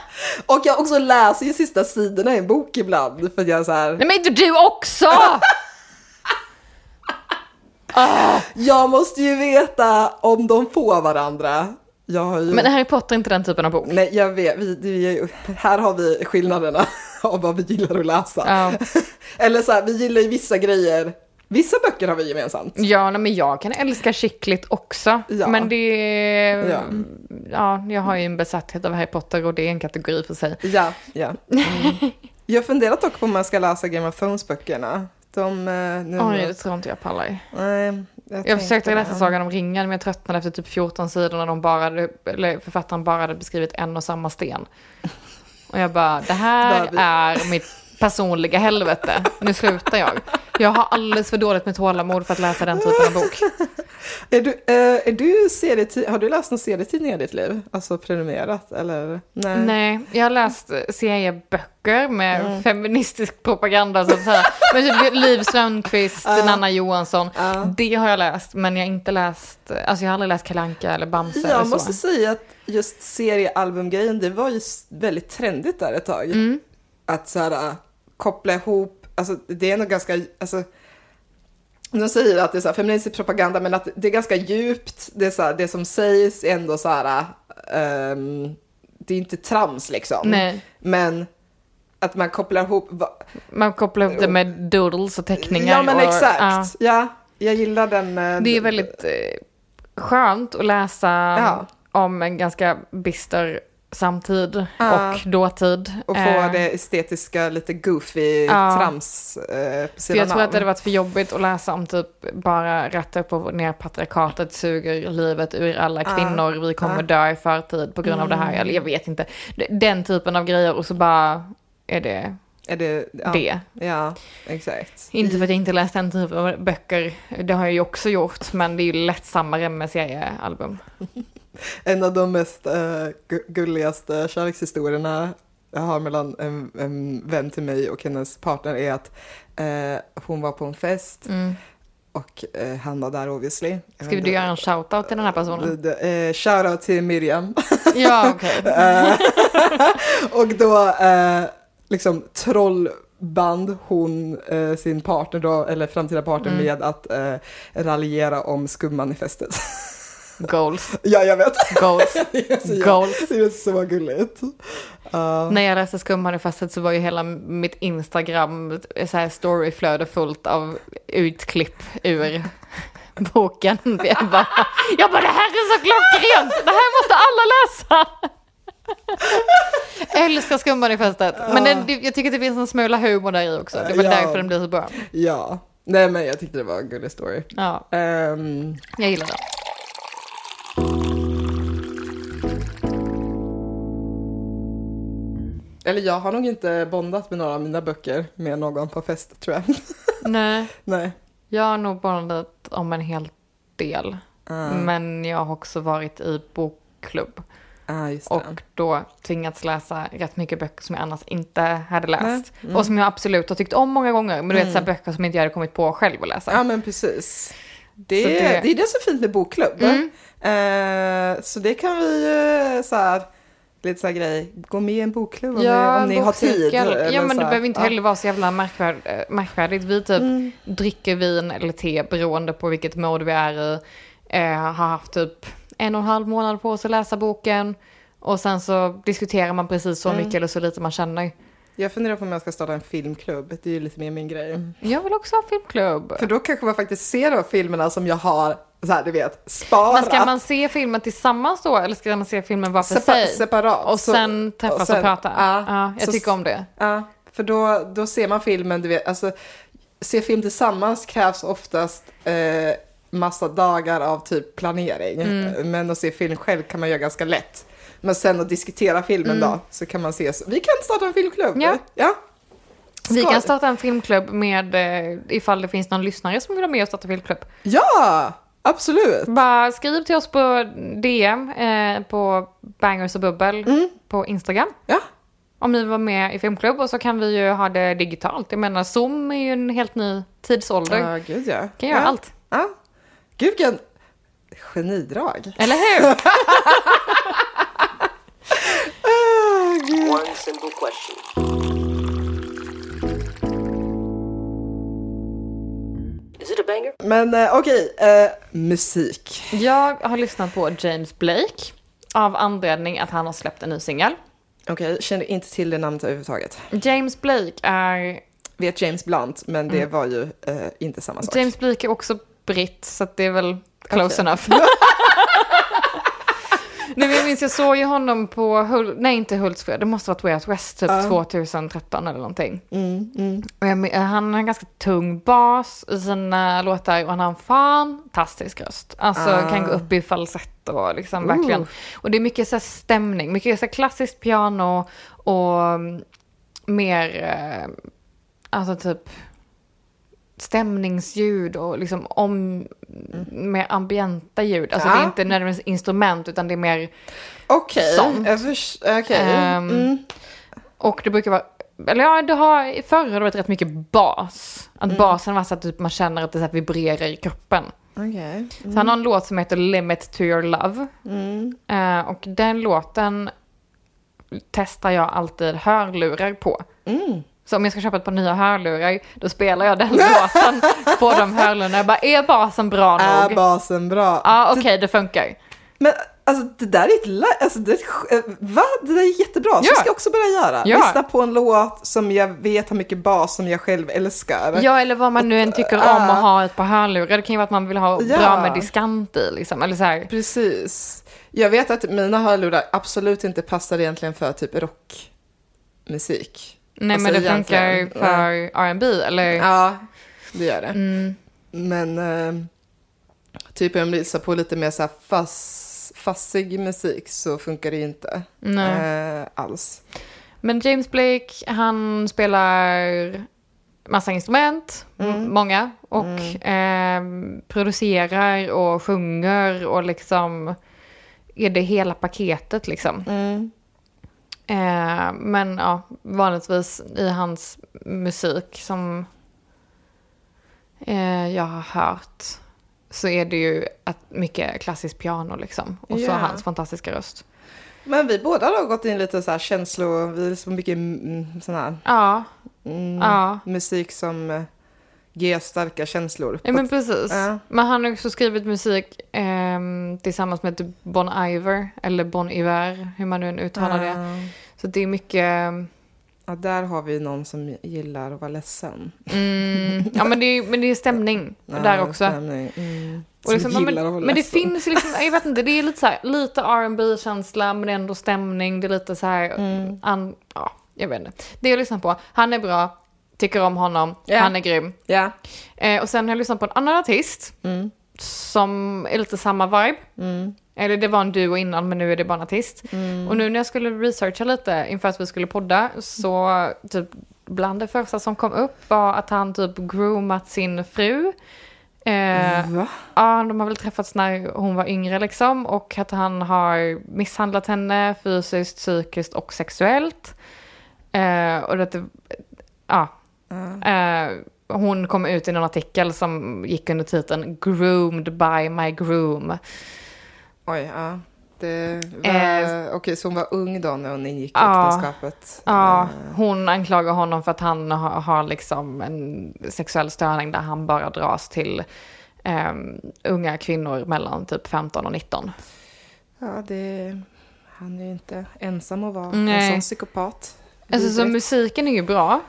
[SPEAKER 1] Och jag också läser ju sista sidorna i en bok ibland för att jag så här,
[SPEAKER 2] Nej men inte du också! Ah,
[SPEAKER 1] jag måste ju veta om de får varandra. Jag har ju...
[SPEAKER 2] men Harry Potter är inte den typen av bok.
[SPEAKER 1] Nej, jag vet, vi, det är ju- här har vi skillnaderna. av vad vi gillar att läsa.
[SPEAKER 2] Ja.
[SPEAKER 1] Eller så här, vi gillar ju vissa grejer. Vissa böcker har vi gemensamt.
[SPEAKER 2] Ja, nej, men jag kan älska skickligt också.
[SPEAKER 1] Ja.
[SPEAKER 2] Men det... Ja.
[SPEAKER 1] Ja.
[SPEAKER 2] jag har ju en besatthet av Harry Potter och det är en kategori för sig.
[SPEAKER 1] Ja, ja. Mm. Jag funderar dock på om man ska läsa Game of Thrones-böckerna. De, eh, nu...
[SPEAKER 2] Oj, det tror inte jag pallar.
[SPEAKER 1] Nej, jag,
[SPEAKER 2] Jag
[SPEAKER 1] tänkte
[SPEAKER 2] försökte
[SPEAKER 1] det.
[SPEAKER 2] läsa Sagan om ringen, men jag tröttnade efter typ 14 sidor när de bara, hade- eller författaren bara hade beskrivit en och samma sten. Och jag bara, det här
[SPEAKER 1] Där vi-
[SPEAKER 2] är mitt personliga helvete. Nu slutar jag. Jag har alldeles för dåligt med tålamod för att läsa den typen av bok.
[SPEAKER 1] Är du, eh, är du serieti- har du läst någon serietidning i ditt liv? Alltså prenumererat eller? Nej.
[SPEAKER 2] Nej, jag har läst eh, serieböcker med
[SPEAKER 1] Mm.
[SPEAKER 2] feministisk propaganda. Så att säga. Men typ Liv Strömquist, Nanna Johansson. Det har jag läst, men jag har inte läst, alltså jag har aldrig läst Kalle Anka eller Bamse eller
[SPEAKER 1] Jag
[SPEAKER 2] så.
[SPEAKER 1] måste säga att just seriealbumgrejen, det var ju s- väldigt trendigt där ett tag.
[SPEAKER 2] Mm.
[SPEAKER 1] Att så här, äh, koppla ihop, alltså det är nog ganska, alltså de säger att det är så här feministisk propaganda men att det är ganska djupt, det, är så här, det som sägs är ändå så här, äh, ehm, det är inte trams liksom.
[SPEAKER 2] Nej.
[SPEAKER 1] Men att man kopplar ihop, va-
[SPEAKER 2] Man kopplar ihop det med doodles och teckningar.
[SPEAKER 1] ja men
[SPEAKER 2] och,
[SPEAKER 1] exakt,
[SPEAKER 2] ja.
[SPEAKER 1] ja. jag gillar den. eh,
[SPEAKER 2] det är väldigt eh, skönt att läsa
[SPEAKER 1] Ja.
[SPEAKER 2] om en ganska bister samtid
[SPEAKER 1] Ja.
[SPEAKER 2] och dåtid.
[SPEAKER 1] och få
[SPEAKER 2] Eh,
[SPEAKER 1] det estetiska lite goofy
[SPEAKER 2] Ja.
[SPEAKER 1] trams eh, på
[SPEAKER 2] För
[SPEAKER 1] sidan
[SPEAKER 2] jag tror
[SPEAKER 1] av.
[SPEAKER 2] att det hade varit för jobbigt att läsa om typ bara rätt upp och ner patriarkatet suger livet ur alla
[SPEAKER 1] Ja.
[SPEAKER 2] kvinnor, vi kommer
[SPEAKER 1] Ja. Mm.
[SPEAKER 2] dö i förtid på grund av det här, eller jag vet inte. D- Den typen av grejer och så bara är det
[SPEAKER 1] Är det, ja. Mm.
[SPEAKER 2] det.
[SPEAKER 1] Ja, exakt.
[SPEAKER 2] Inte för att jag inte läst den typen av böcker, det har jag ju också gjort, men det är ju lättsammare med seriealbum.
[SPEAKER 1] En av de mest eh, gu- gulligaste kärlekshistorierna jag har mellan en, en vän till mig och hennes partner är att eh, hon var på en fest
[SPEAKER 2] Mm.
[SPEAKER 1] och eh, han var där obviously. Jag vet
[SPEAKER 2] Ska
[SPEAKER 1] inte-
[SPEAKER 2] du göra en shoutout till den här personen?
[SPEAKER 1] Det- det- eh, Shoutout till Miriam.
[SPEAKER 2] Ja, okej.
[SPEAKER 1] Eh, och då eh, liksom trollband hon eh, sin partner då, eller framtida partner
[SPEAKER 2] Mm.
[SPEAKER 1] med att eh, raljera om skummanifestet.
[SPEAKER 2] Goals,
[SPEAKER 1] ja, jag vet.
[SPEAKER 2] goals,
[SPEAKER 1] Det är så jävla-
[SPEAKER 2] goals.
[SPEAKER 1] Det är så gulligt. Ja.
[SPEAKER 2] När jag läste skummanifestet så var ju hela mitt Instagram så här storyflöde fullt av utklipp ur boken. Jag bara, jag bara, det här är så klockrent, det här måste alla läsa! Jag älskar skummanifestet, men den, det- jag tycker att det finns en smula humor där i också. Det var
[SPEAKER 1] Ja.
[SPEAKER 2] därför den blev så bra.
[SPEAKER 1] ja. Nej men jag tyckte det var en gullig story.
[SPEAKER 2] Ja,
[SPEAKER 1] Ehm,
[SPEAKER 2] jag gillar den.
[SPEAKER 1] eller jag har nog inte bondat med några av mina böcker med någon på fest tror jag.
[SPEAKER 2] Nej,
[SPEAKER 1] Nej.
[SPEAKER 2] jag har nog bondat om en hel del,
[SPEAKER 1] Ah,
[SPEAKER 2] men jag har också varit i bokklubb.
[SPEAKER 1] ah, just det.
[SPEAKER 2] Och då tvingats läsa rätt mycket böcker som jag annars inte hade läst.
[SPEAKER 1] Mm.
[SPEAKER 2] Och som jag absolut har tyckt om många gånger. Men du vet
[SPEAKER 1] Mm.
[SPEAKER 2] så här böcker som inte jag hade kommit på själv att läsa.
[SPEAKER 1] Ja men precis. Det,
[SPEAKER 2] Så det-
[SPEAKER 1] det... är det som är fint med bokklubb.
[SPEAKER 2] Mm.
[SPEAKER 1] Eh, så det kan vi ju eh, så här, lite så här grej, gå med i en bokklubb om
[SPEAKER 2] Ja,
[SPEAKER 1] ni, om ni har
[SPEAKER 2] bokcirkel.
[SPEAKER 1] tid. eller
[SPEAKER 2] Ja men
[SPEAKER 1] så
[SPEAKER 2] det
[SPEAKER 1] här.
[SPEAKER 2] behöver inte
[SPEAKER 1] Ja.
[SPEAKER 2] heller vara så jävla märkvärd, eh, märkvärdigt. Vi typ
[SPEAKER 1] Mm.
[SPEAKER 2] dricker vin eller te beroende på vilket mode vi är i. Eh, har haft typ en och en halv månad på sig att läsa boken. Och sen så diskuterar man precis
[SPEAKER 1] Mm.
[SPEAKER 2] så mycket eller så lite man känner.
[SPEAKER 1] Jag funderar på om jag ska starta en filmklubb, det är ju lite mer min grej.
[SPEAKER 2] Jag vill också ha filmklubb.
[SPEAKER 1] För då kanske man faktiskt ser de filmerna som jag har, så här, du vet, sparat.
[SPEAKER 2] Men ska man se filmen tillsammans då eller ska man se filmen var för
[SPEAKER 1] Sepa-
[SPEAKER 2] sig?
[SPEAKER 1] separat.
[SPEAKER 2] Och
[SPEAKER 1] Så-
[SPEAKER 2] sen träffas och,
[SPEAKER 1] och sen-
[SPEAKER 2] prata.
[SPEAKER 1] ja.
[SPEAKER 2] ja, jag
[SPEAKER 1] Så-
[SPEAKER 2] tycker om det.
[SPEAKER 1] Ja, för då, då ser man filmen, du vet, alltså se film tillsammans krävs oftast eh, massa dagar av typ planering.
[SPEAKER 2] Mm.
[SPEAKER 1] Men att se film själv kan man göra ganska lätt. Men sen att diskutera filmen då, så kan man se, så- vi kan starta en filmklubb.
[SPEAKER 2] Mm. Ja.
[SPEAKER 1] ja.
[SPEAKER 2] Vi
[SPEAKER 1] Skål.
[SPEAKER 2] kan starta en filmklubb med, eh, ifall det finns någon lyssnare som vill vara med och starta filmklubb.
[SPEAKER 1] Ja, absolut.
[SPEAKER 2] Bara skriv till oss på DM, eh, på bangers och bubbel
[SPEAKER 1] Mm.
[SPEAKER 2] på Instagram.
[SPEAKER 1] Ja.
[SPEAKER 2] Om ni vill vara med i filmklubb och så kan vi ju ha det digitalt. Jag menar, Zoom är ju en helt ny tidsålder.
[SPEAKER 1] Ja, gud ja.
[SPEAKER 2] kan göra
[SPEAKER 1] ja.
[SPEAKER 2] allt.
[SPEAKER 1] Ja. Gud vilken genidrag.
[SPEAKER 2] Eller hur?
[SPEAKER 1] Ah,
[SPEAKER 4] One simple question. Is it a banger?
[SPEAKER 1] Men eh, okej, eh, musik.
[SPEAKER 2] Jag har lyssnat på James Blake av anledning att han har släppt en ny singel.
[SPEAKER 1] Okej, kände inte till det namnet överhuvudtaget.
[SPEAKER 2] James Blake är...
[SPEAKER 1] Vet James Blunt, men det var ju eh, inte samma sak.
[SPEAKER 2] Mm. James Blake är också britt, så att det är väl close enough. Nej, men jag minns, jag såg ju honom på, Hul- nej inte Hultsfred, det måste varit Way Out West typ 2013 eller någonting.
[SPEAKER 1] Mm, mm.
[SPEAKER 2] Och jag, men- han har en ganska tung bas i sina låtar och han har en fantastisk röst. Alltså
[SPEAKER 1] Ah.
[SPEAKER 2] kan gå upp i falsett och liksom verkligen. Och det är mycket så här stämning, mycket så här klassiskt piano och mm, mer, eh, alltså typ stämningsljud och liksom om, mer ambienta ljud. Alltså det är
[SPEAKER 1] Mm. Ja.
[SPEAKER 2] inte nödvändigtvis instrument utan det är mer
[SPEAKER 1] Okej,
[SPEAKER 2] Sånt.
[SPEAKER 1] jag förs- okej.
[SPEAKER 2] Ehm,
[SPEAKER 1] mm.
[SPEAKER 2] Och det brukar vara, eller ja, det har förr har det varit rätt mycket bas. Att
[SPEAKER 1] Mm.
[SPEAKER 2] basen var så att typ man känner att det så här vibrerar i kroppen.
[SPEAKER 1] Okej.
[SPEAKER 2] Så han har en låt som heter Limit to your love.
[SPEAKER 1] Mm.
[SPEAKER 2] Eh, och den låten testar jag alltid hörlurar på.
[SPEAKER 1] Mm.
[SPEAKER 2] Så om jag ska köpa ett par nya hörlurar, då spelar jag den låten på de hörlurarna. Jag bara, är basen bra
[SPEAKER 1] Är
[SPEAKER 2] nog? Ja,
[SPEAKER 1] basen bra?
[SPEAKER 2] okej, det funkar.
[SPEAKER 1] Men alltså det där är ett la- alltså, det, är ett sj- eh, va? Det där är jättebra, så
[SPEAKER 2] Ja.
[SPEAKER 1] ska jag också börja göra.
[SPEAKER 2] Ja.
[SPEAKER 1] Lyssna på en låt som jag vet har mycket bas som jag själv älskar.
[SPEAKER 2] Ja, eller vad man nu än tycker om
[SPEAKER 1] Ah.
[SPEAKER 2] att ha ett par hörlurar. Det kan ju vara att man vill ha
[SPEAKER 1] Ja.
[SPEAKER 2] bra med diskant i, liksom. Eller så här.
[SPEAKER 1] Precis. Jag vet att mina hörlurar absolut inte passar egentligen för typ rockmusik.
[SPEAKER 2] Nej
[SPEAKER 1] Alltså,
[SPEAKER 2] men det
[SPEAKER 1] egentligen.
[SPEAKER 2] funkar för R&B eller?
[SPEAKER 1] Ja, det gör det.
[SPEAKER 2] Mm.
[SPEAKER 1] Men eh, typ om du lyssnar på lite mer så här fass, fassig musik så funkar det ju inte
[SPEAKER 2] Nej.
[SPEAKER 1] eh, alls.
[SPEAKER 2] Men James Blake, han spelar massa instrument,
[SPEAKER 1] Mm.
[SPEAKER 2] m- många, och ehm, producerar och sjunger och liksom är det hela paketet liksom.
[SPEAKER 1] Mm.
[SPEAKER 2] Eh, men ja, vanligtvis i hans musik som eh, jag har hört så är det ju att mycket klassiskt piano liksom. Och så
[SPEAKER 1] Ja.
[SPEAKER 2] hans fantastiska röst.
[SPEAKER 1] Men vi båda har gått in lite så här känslor, vi är så mycket mm, sån här
[SPEAKER 2] Ja,
[SPEAKER 1] mm,
[SPEAKER 2] ja.
[SPEAKER 1] musik som eh, ger starka känslor.
[SPEAKER 2] Ja men precis.
[SPEAKER 1] Ja.
[SPEAKER 2] Men han har också skrivit musik ehm, tillsammans med Bon Iver, eller Bon Iver, hur man nu än uttalar det.
[SPEAKER 1] Eh,
[SPEAKER 2] Så det är mycket,
[SPEAKER 1] Ja, där har vi någon som gillar att vara ledsen.
[SPEAKER 2] mm, ja men det är, men det är stämning där
[SPEAKER 1] Ja,
[SPEAKER 2] också.
[SPEAKER 1] stämning. Mm.
[SPEAKER 2] Och liksom, ja,
[SPEAKER 1] som gillar att
[SPEAKER 2] men,
[SPEAKER 1] vara
[SPEAKER 2] men det
[SPEAKER 1] ledsen.
[SPEAKER 2] finns liksom, jag vet inte, det är lite så här, lite rb känsla men ändå stämning, det är lite så här,
[SPEAKER 1] Mm.
[SPEAKER 2] an, ja, jag vet inte. Det jag lyssnar på, han är bra, tycker om honom,
[SPEAKER 1] Ja.
[SPEAKER 2] han är grym.
[SPEAKER 1] Ja. Mm.
[SPEAKER 2] Eh, och sen har jag lyssnat på en annan artist som är lite samma vibe. Eller det var en duo innan men nu är det bara en artist.
[SPEAKER 1] Mm.
[SPEAKER 2] Och nu när jag skulle researcha lite inför att vi skulle podda så typ bland det första som kom upp var att han typ groomat sin fru. Eh,
[SPEAKER 1] Va?
[SPEAKER 2] Ja, de har väl träffats när hon var yngre liksom och att han har misshandlat henne fysiskt, psykiskt och sexuellt. Eh, och att det, ja. Eh, hon kom ut i någon artikel som gick under titeln “Groomed by my groom”.
[SPEAKER 1] Oj, ja. Det var,
[SPEAKER 2] Eh.
[SPEAKER 1] Okej, så hon var ung då när hon ingick
[SPEAKER 2] Ja.
[SPEAKER 1] äktenskapet?
[SPEAKER 2] Ja,
[SPEAKER 1] Eh,
[SPEAKER 2] hon anklagar honom för att han har, har liksom en sexuell störning där han bara dras till eh, unga kvinnor mellan typ 15 och 19.
[SPEAKER 1] Ja, det... Han är ju inte ensam att vara
[SPEAKER 2] Nej.
[SPEAKER 1] en sån psykopat.
[SPEAKER 2] Alltså så
[SPEAKER 1] Vidrigt. Mm.
[SPEAKER 2] musiken är ju bra,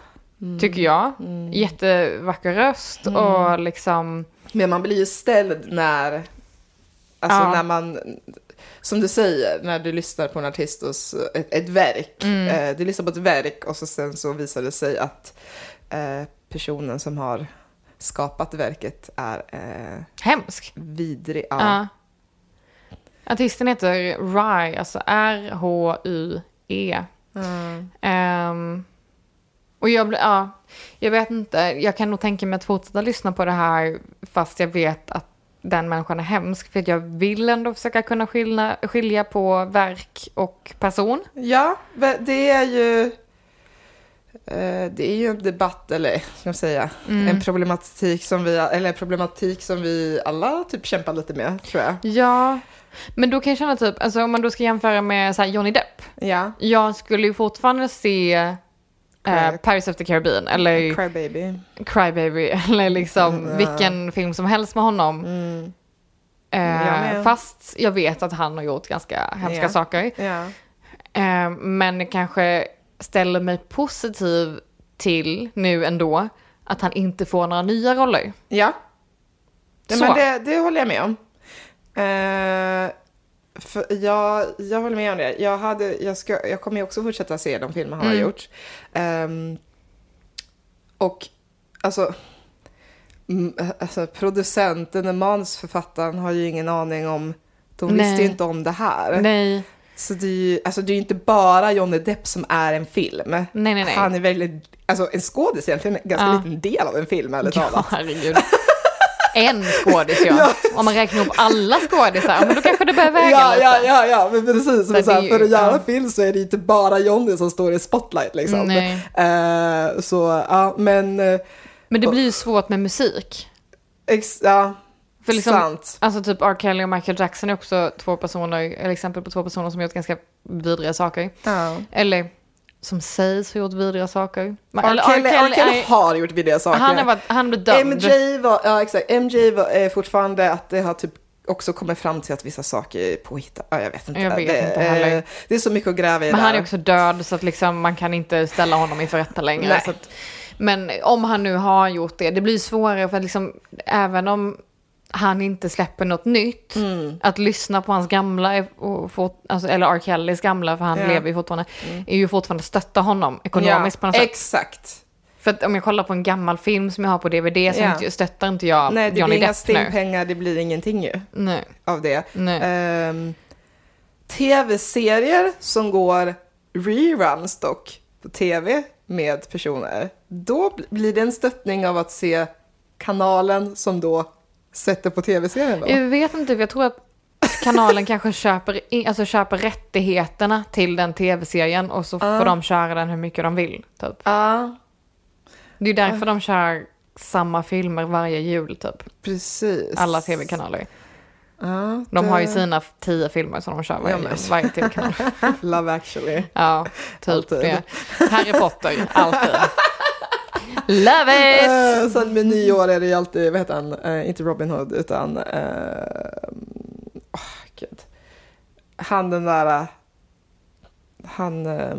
[SPEAKER 2] tycker jag. Jättevacker röst och liksom...
[SPEAKER 1] Men man blir ju ställd när... Alltså
[SPEAKER 2] Ja.
[SPEAKER 1] när man... Som du säger, när du lyssnar på en artist och så, ett, ett verk. Eh, du lyssnar på ett verk och så sen så visar det sig att eh, personen som har skapat verket är eh,
[SPEAKER 2] Hemsk.
[SPEAKER 1] vidrig. Ja.
[SPEAKER 2] Ja. Artisten heter Rye, alltså R-H-Y-E.
[SPEAKER 1] Mm.
[SPEAKER 2] Ehm, och jag blir, ja, jag vet inte. Jag kan nog tänka mig att fortsätta lyssna på det här fast jag vet att den människan är hemsk. För att jag vill ändå försöka kunna skilja, skilja på verk och person.
[SPEAKER 1] Ja, ve- det är ju... eh, Det är ju en debatt, eller ska jag säga, en problematik som vi, eller en problematik som vi alla typ kämpar lite med, tror jag.
[SPEAKER 2] Ja, men då kan jag känna typ, alltså om man då ska jämföra med så här Johnny Depp.
[SPEAKER 1] Ja,
[SPEAKER 2] Jag skulle ju fortfarande se eh,
[SPEAKER 1] Cry-
[SPEAKER 2] Paris of the Caribbean eller
[SPEAKER 1] Crybaby.
[SPEAKER 2] Crybaby eller liksom
[SPEAKER 1] Mm, ja. Mm.
[SPEAKER 2] vilken film som helst med honom. Eh,
[SPEAKER 1] Jag med.
[SPEAKER 2] fast jag vet att han har gjort ganska hemska
[SPEAKER 1] Ja.
[SPEAKER 2] saker.
[SPEAKER 1] Ja.
[SPEAKER 2] Eh, men kanske ställer mig positiv till nu ändå att han inte får några nya roller.
[SPEAKER 1] Ja. Nej,
[SPEAKER 2] Så.
[SPEAKER 1] men det, det håller jag med om. Eh, för jag, jag håller med om det. Jag, hade, jag, ska, jag kommer ju också fortsätta se de filmer han har
[SPEAKER 2] Mm.
[SPEAKER 1] gjort. Ehm, och alltså, m- alltså, producenten och manusförfattaren har ju ingen aning om, de
[SPEAKER 2] Nej.
[SPEAKER 1] visste ju inte om det här.
[SPEAKER 2] Nej.
[SPEAKER 1] Så det är ju alltså, det är ju inte bara Johnny Depp som är en film.
[SPEAKER 2] nej, nej.
[SPEAKER 1] Han är väldigt, alltså en skådis egentligen, en ganska
[SPEAKER 2] Ja.
[SPEAKER 1] liten del av en film ärligt talat.
[SPEAKER 2] Ja, herregud. En skådis ja.
[SPEAKER 1] Ja.
[SPEAKER 2] Om man räknar upp alla skådisar, men då kanske det börjar väga
[SPEAKER 1] Ja,
[SPEAKER 2] lite.
[SPEAKER 1] ja, ja, ja, men precis. Men
[SPEAKER 2] det
[SPEAKER 1] så
[SPEAKER 2] är ju-
[SPEAKER 1] här, för att göra
[SPEAKER 2] ja.
[SPEAKER 1] film så är det inte bara Johnny som står i spotlight liksom.
[SPEAKER 2] Nej.
[SPEAKER 1] Eh, så, ja, men... eh,
[SPEAKER 2] Men det blir ju svårt med musik.
[SPEAKER 1] Ex, ja,
[SPEAKER 2] För liksom,
[SPEAKER 1] sant.
[SPEAKER 2] Alltså typ R. Kelly och Michael Jackson är också två personer, eller exempel på två personer som gjort ganska vidriga saker.
[SPEAKER 1] Ja.
[SPEAKER 2] Eller som sägs ha gjort vidriga saker. Men-
[SPEAKER 1] R.
[SPEAKER 2] eller
[SPEAKER 1] Kelly, R. Kelly
[SPEAKER 2] är-
[SPEAKER 1] har gjort vidriga saker.
[SPEAKER 2] han, har varit, han blev dömd.
[SPEAKER 1] MJ var, ja exakt, MJ var, är fortfarande att det har typ också kommit fram till att vissa saker är påhittade. Ja, jag vet inte.
[SPEAKER 2] Jag vet
[SPEAKER 1] det,
[SPEAKER 2] inte heller.
[SPEAKER 1] eh, det är så mycket att gräva i
[SPEAKER 2] Men
[SPEAKER 1] där.
[SPEAKER 2] han är också död så att liksom, man kan inte ställa honom inför rätta längre.
[SPEAKER 1] Nej.
[SPEAKER 2] Så att, men om han nu har gjort det, det blir svårare för att liksom, även om han inte släpper något nytt,
[SPEAKER 1] Mm.
[SPEAKER 2] att lyssna på hans gamla, är- och få, alltså, eller R. Kellys gamla, för han
[SPEAKER 1] Ja. Mm.
[SPEAKER 2] lever ju fortfarande, är ju fortfarande att stötta honom ekonomiskt
[SPEAKER 1] ja,
[SPEAKER 2] på något sätt.
[SPEAKER 1] Exakt.
[SPEAKER 2] För att om jag kollar på en gammal film som jag har på DVD så
[SPEAKER 1] Ja.
[SPEAKER 2] inte, stöttar inte jag
[SPEAKER 1] Nej, det
[SPEAKER 2] Johnny
[SPEAKER 1] blir inga
[SPEAKER 2] Depp nu.
[SPEAKER 1] stingpengar, det blir ingenting ju.
[SPEAKER 2] Nej.
[SPEAKER 1] av det.
[SPEAKER 2] Nej.
[SPEAKER 1] Ehm, Tv-serier som går reruns dock på tv med personer, då bl- blir det en stöttning av att se kanalen som då sätter på tv-serien då.
[SPEAKER 2] Jag vet inte, för jag tror att kanalen kanske köper, in, alltså köper rättigheterna till den tv-serien och så
[SPEAKER 1] Ah.
[SPEAKER 2] får de köra den hur mycket de vill. Typ.
[SPEAKER 1] Ja,
[SPEAKER 2] Det är ju
[SPEAKER 1] Ah.
[SPEAKER 2] därför de kör samma filmer varje jul, typ.
[SPEAKER 1] precis.
[SPEAKER 2] Alla tv-kanaler.
[SPEAKER 1] Ja,
[SPEAKER 2] De
[SPEAKER 1] det-
[SPEAKER 2] har ju sina tio filmer som de kör varje,
[SPEAKER 1] Ja, men.
[SPEAKER 2] jul, varje tv-kanal.
[SPEAKER 1] Love actually.
[SPEAKER 2] Ja, typ
[SPEAKER 1] Alltid.
[SPEAKER 2] det. Harry Potter, alltid. Love it!
[SPEAKER 1] Eh, sen med nyår är det ju alltid, vad heter han, Eh, inte Robin Hood utan, uh, gud. han den där, eh, han eh,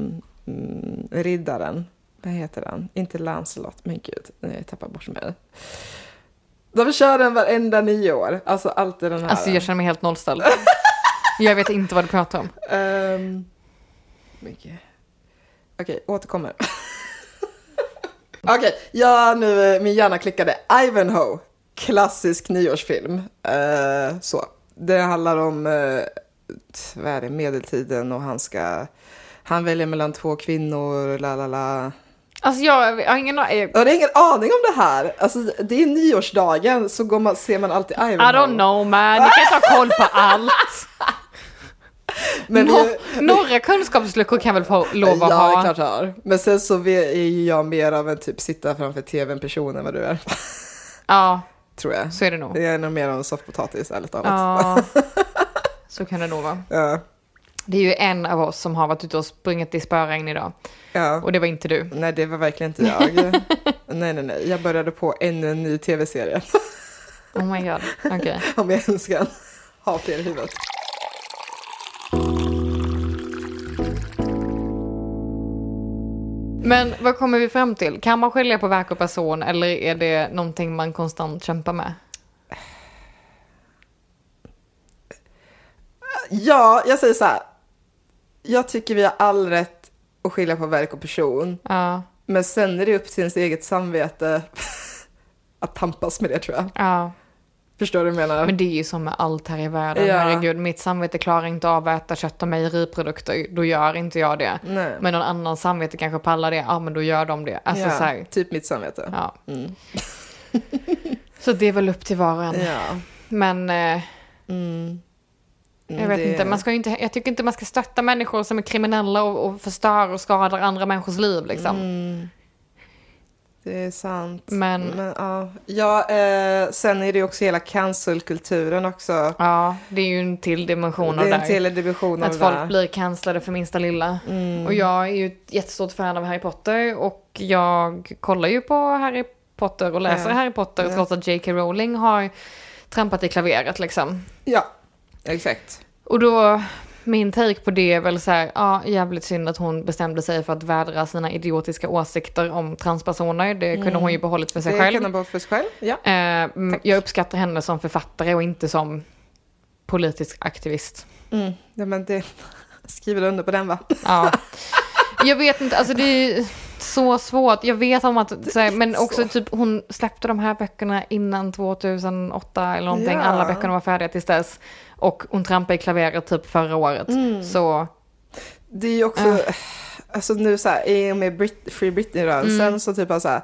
[SPEAKER 1] mm, riddaren, vad heter han, inte Lancelot, men gud, nej, jag tappar bort mig. De kör den varenda nyår, alltså alltid den här.
[SPEAKER 2] Alltså jag känner mig helt nollställd. Jag vet inte vad du pratar om.
[SPEAKER 1] Ehm, mycket. Okej, återkommer. Okej, ja, nu, eh, min hjärna klickade. Ivanhoe, klassisk nyårsfilm. Eh, så. Det handlar om eh, t- vad är det, medeltiden och han ska... Han väljer mellan två kvinnor, la la la.
[SPEAKER 2] Alltså jag, jag har ingen aning.
[SPEAKER 1] Jag har ingen aning om det här. Alltså, det är nyårsdagen så går man, ser man alltid
[SPEAKER 2] I
[SPEAKER 1] Ivanhoe.
[SPEAKER 2] don't know man, ni kan inte ha koll på allt.
[SPEAKER 1] Men
[SPEAKER 2] Nå-
[SPEAKER 1] vi-
[SPEAKER 2] några kunskapsluckor kan väl få lov att
[SPEAKER 1] ja, det är
[SPEAKER 2] ha.
[SPEAKER 1] klart jag har. Men sen så vi- är ju jag mer av en typ sitta framför tvn person än vad du är.
[SPEAKER 2] Ja,
[SPEAKER 1] Tror jag.
[SPEAKER 2] så är det nog.
[SPEAKER 1] Jag är nog mer av en soffpotatis ärligt talat.
[SPEAKER 2] Ja, så kan det nog vara.
[SPEAKER 1] Ja.
[SPEAKER 2] Det är ju en av oss som har varit ute och sprungit i spöregn idag.
[SPEAKER 1] ja.
[SPEAKER 2] Och det var inte du.
[SPEAKER 1] Nej, det var verkligen inte jag. nej, nej, nej. Jag började på ännu en ny tv-serie.
[SPEAKER 2] Oh my god, okej.
[SPEAKER 1] om jag ens kan ha fler i huvudet.
[SPEAKER 2] Men vad kommer vi fram till? Kan man skilja på verk och person eller är det någonting man konstant kämpar med?
[SPEAKER 1] Ja, jag säger så här. Jag tycker vi har all rätt att skilja på verk och person.
[SPEAKER 2] Ja,
[SPEAKER 1] Men sen är det upp till ens eget samvete att tampas med det tror jag.
[SPEAKER 2] ja.
[SPEAKER 1] Förstår du vad jag menar?
[SPEAKER 2] Men det är ju som med allt här i världen,
[SPEAKER 1] Ja.
[SPEAKER 2] herregud. Mitt samvete klarar inte av att äta kött och mejeriprodukter, då gör inte jag det.
[SPEAKER 1] Nej.
[SPEAKER 2] Men någon annans samvete kanske pallar det, ja men då gör de det. Alltså
[SPEAKER 1] ja,
[SPEAKER 2] så här,
[SPEAKER 1] Typ mitt samvete.
[SPEAKER 2] ja. så det är väl upp till var och en.
[SPEAKER 1] Ja. Mm,
[SPEAKER 2] Men eh, jag vet
[SPEAKER 1] det-
[SPEAKER 2] inte, man ska ju inte, jag tycker inte man ska stötta människor som är kriminella och, och förstör och skadar andra människors liv liksom.
[SPEAKER 1] Mm. Det är sant.
[SPEAKER 2] Men-
[SPEAKER 1] ja, ja eh, sen är det ju också hela cancelkulturen också.
[SPEAKER 2] Ja, det är ju en till dimension av
[SPEAKER 1] det
[SPEAKER 2] det
[SPEAKER 1] är
[SPEAKER 2] här.
[SPEAKER 1] en till division av
[SPEAKER 2] Att
[SPEAKER 1] det
[SPEAKER 2] folk
[SPEAKER 1] där.
[SPEAKER 2] blir cancellade för minsta lilla.
[SPEAKER 1] Mm.
[SPEAKER 2] Och jag är ju ett jättestort fan av Harry Potter och jag kollar ju på Harry Potter och läser
[SPEAKER 1] Ja.
[SPEAKER 2] Harry Potter trots att J.K. Rowling har trampat i klaveret liksom.
[SPEAKER 1] Ja, exakt.
[SPEAKER 2] Och då Min take på det är väl så här, ja jävligt synd att hon bestämde sig för att vädra sina idiotiska åsikter om transpersoner. Det kunde hon ju behållit för sig
[SPEAKER 1] Mm. Det
[SPEAKER 2] själv.
[SPEAKER 1] kan de bara för sig själv. Ja.
[SPEAKER 2] Eh, mm, jag uppskattar henne som författare och inte som politisk aktivist.
[SPEAKER 1] Mm. ja men det skriver du under på den va?
[SPEAKER 2] Ja. Jag vet inte, alltså det är ju så svårt. Jag vet om att, så här, men också
[SPEAKER 1] Så.
[SPEAKER 2] typ hon släppte de här böckerna innan 2008 eller någonting.
[SPEAKER 1] Ja.
[SPEAKER 2] Alla böckerna var färdiga tills dess. Och hon trampade i klaveret typ förra året.
[SPEAKER 1] Mm.
[SPEAKER 2] Så
[SPEAKER 1] Det är ju också, alltså nu så här, i och med Brit- Free Britney-rörelsen
[SPEAKER 2] Mm.
[SPEAKER 1] så typ så här,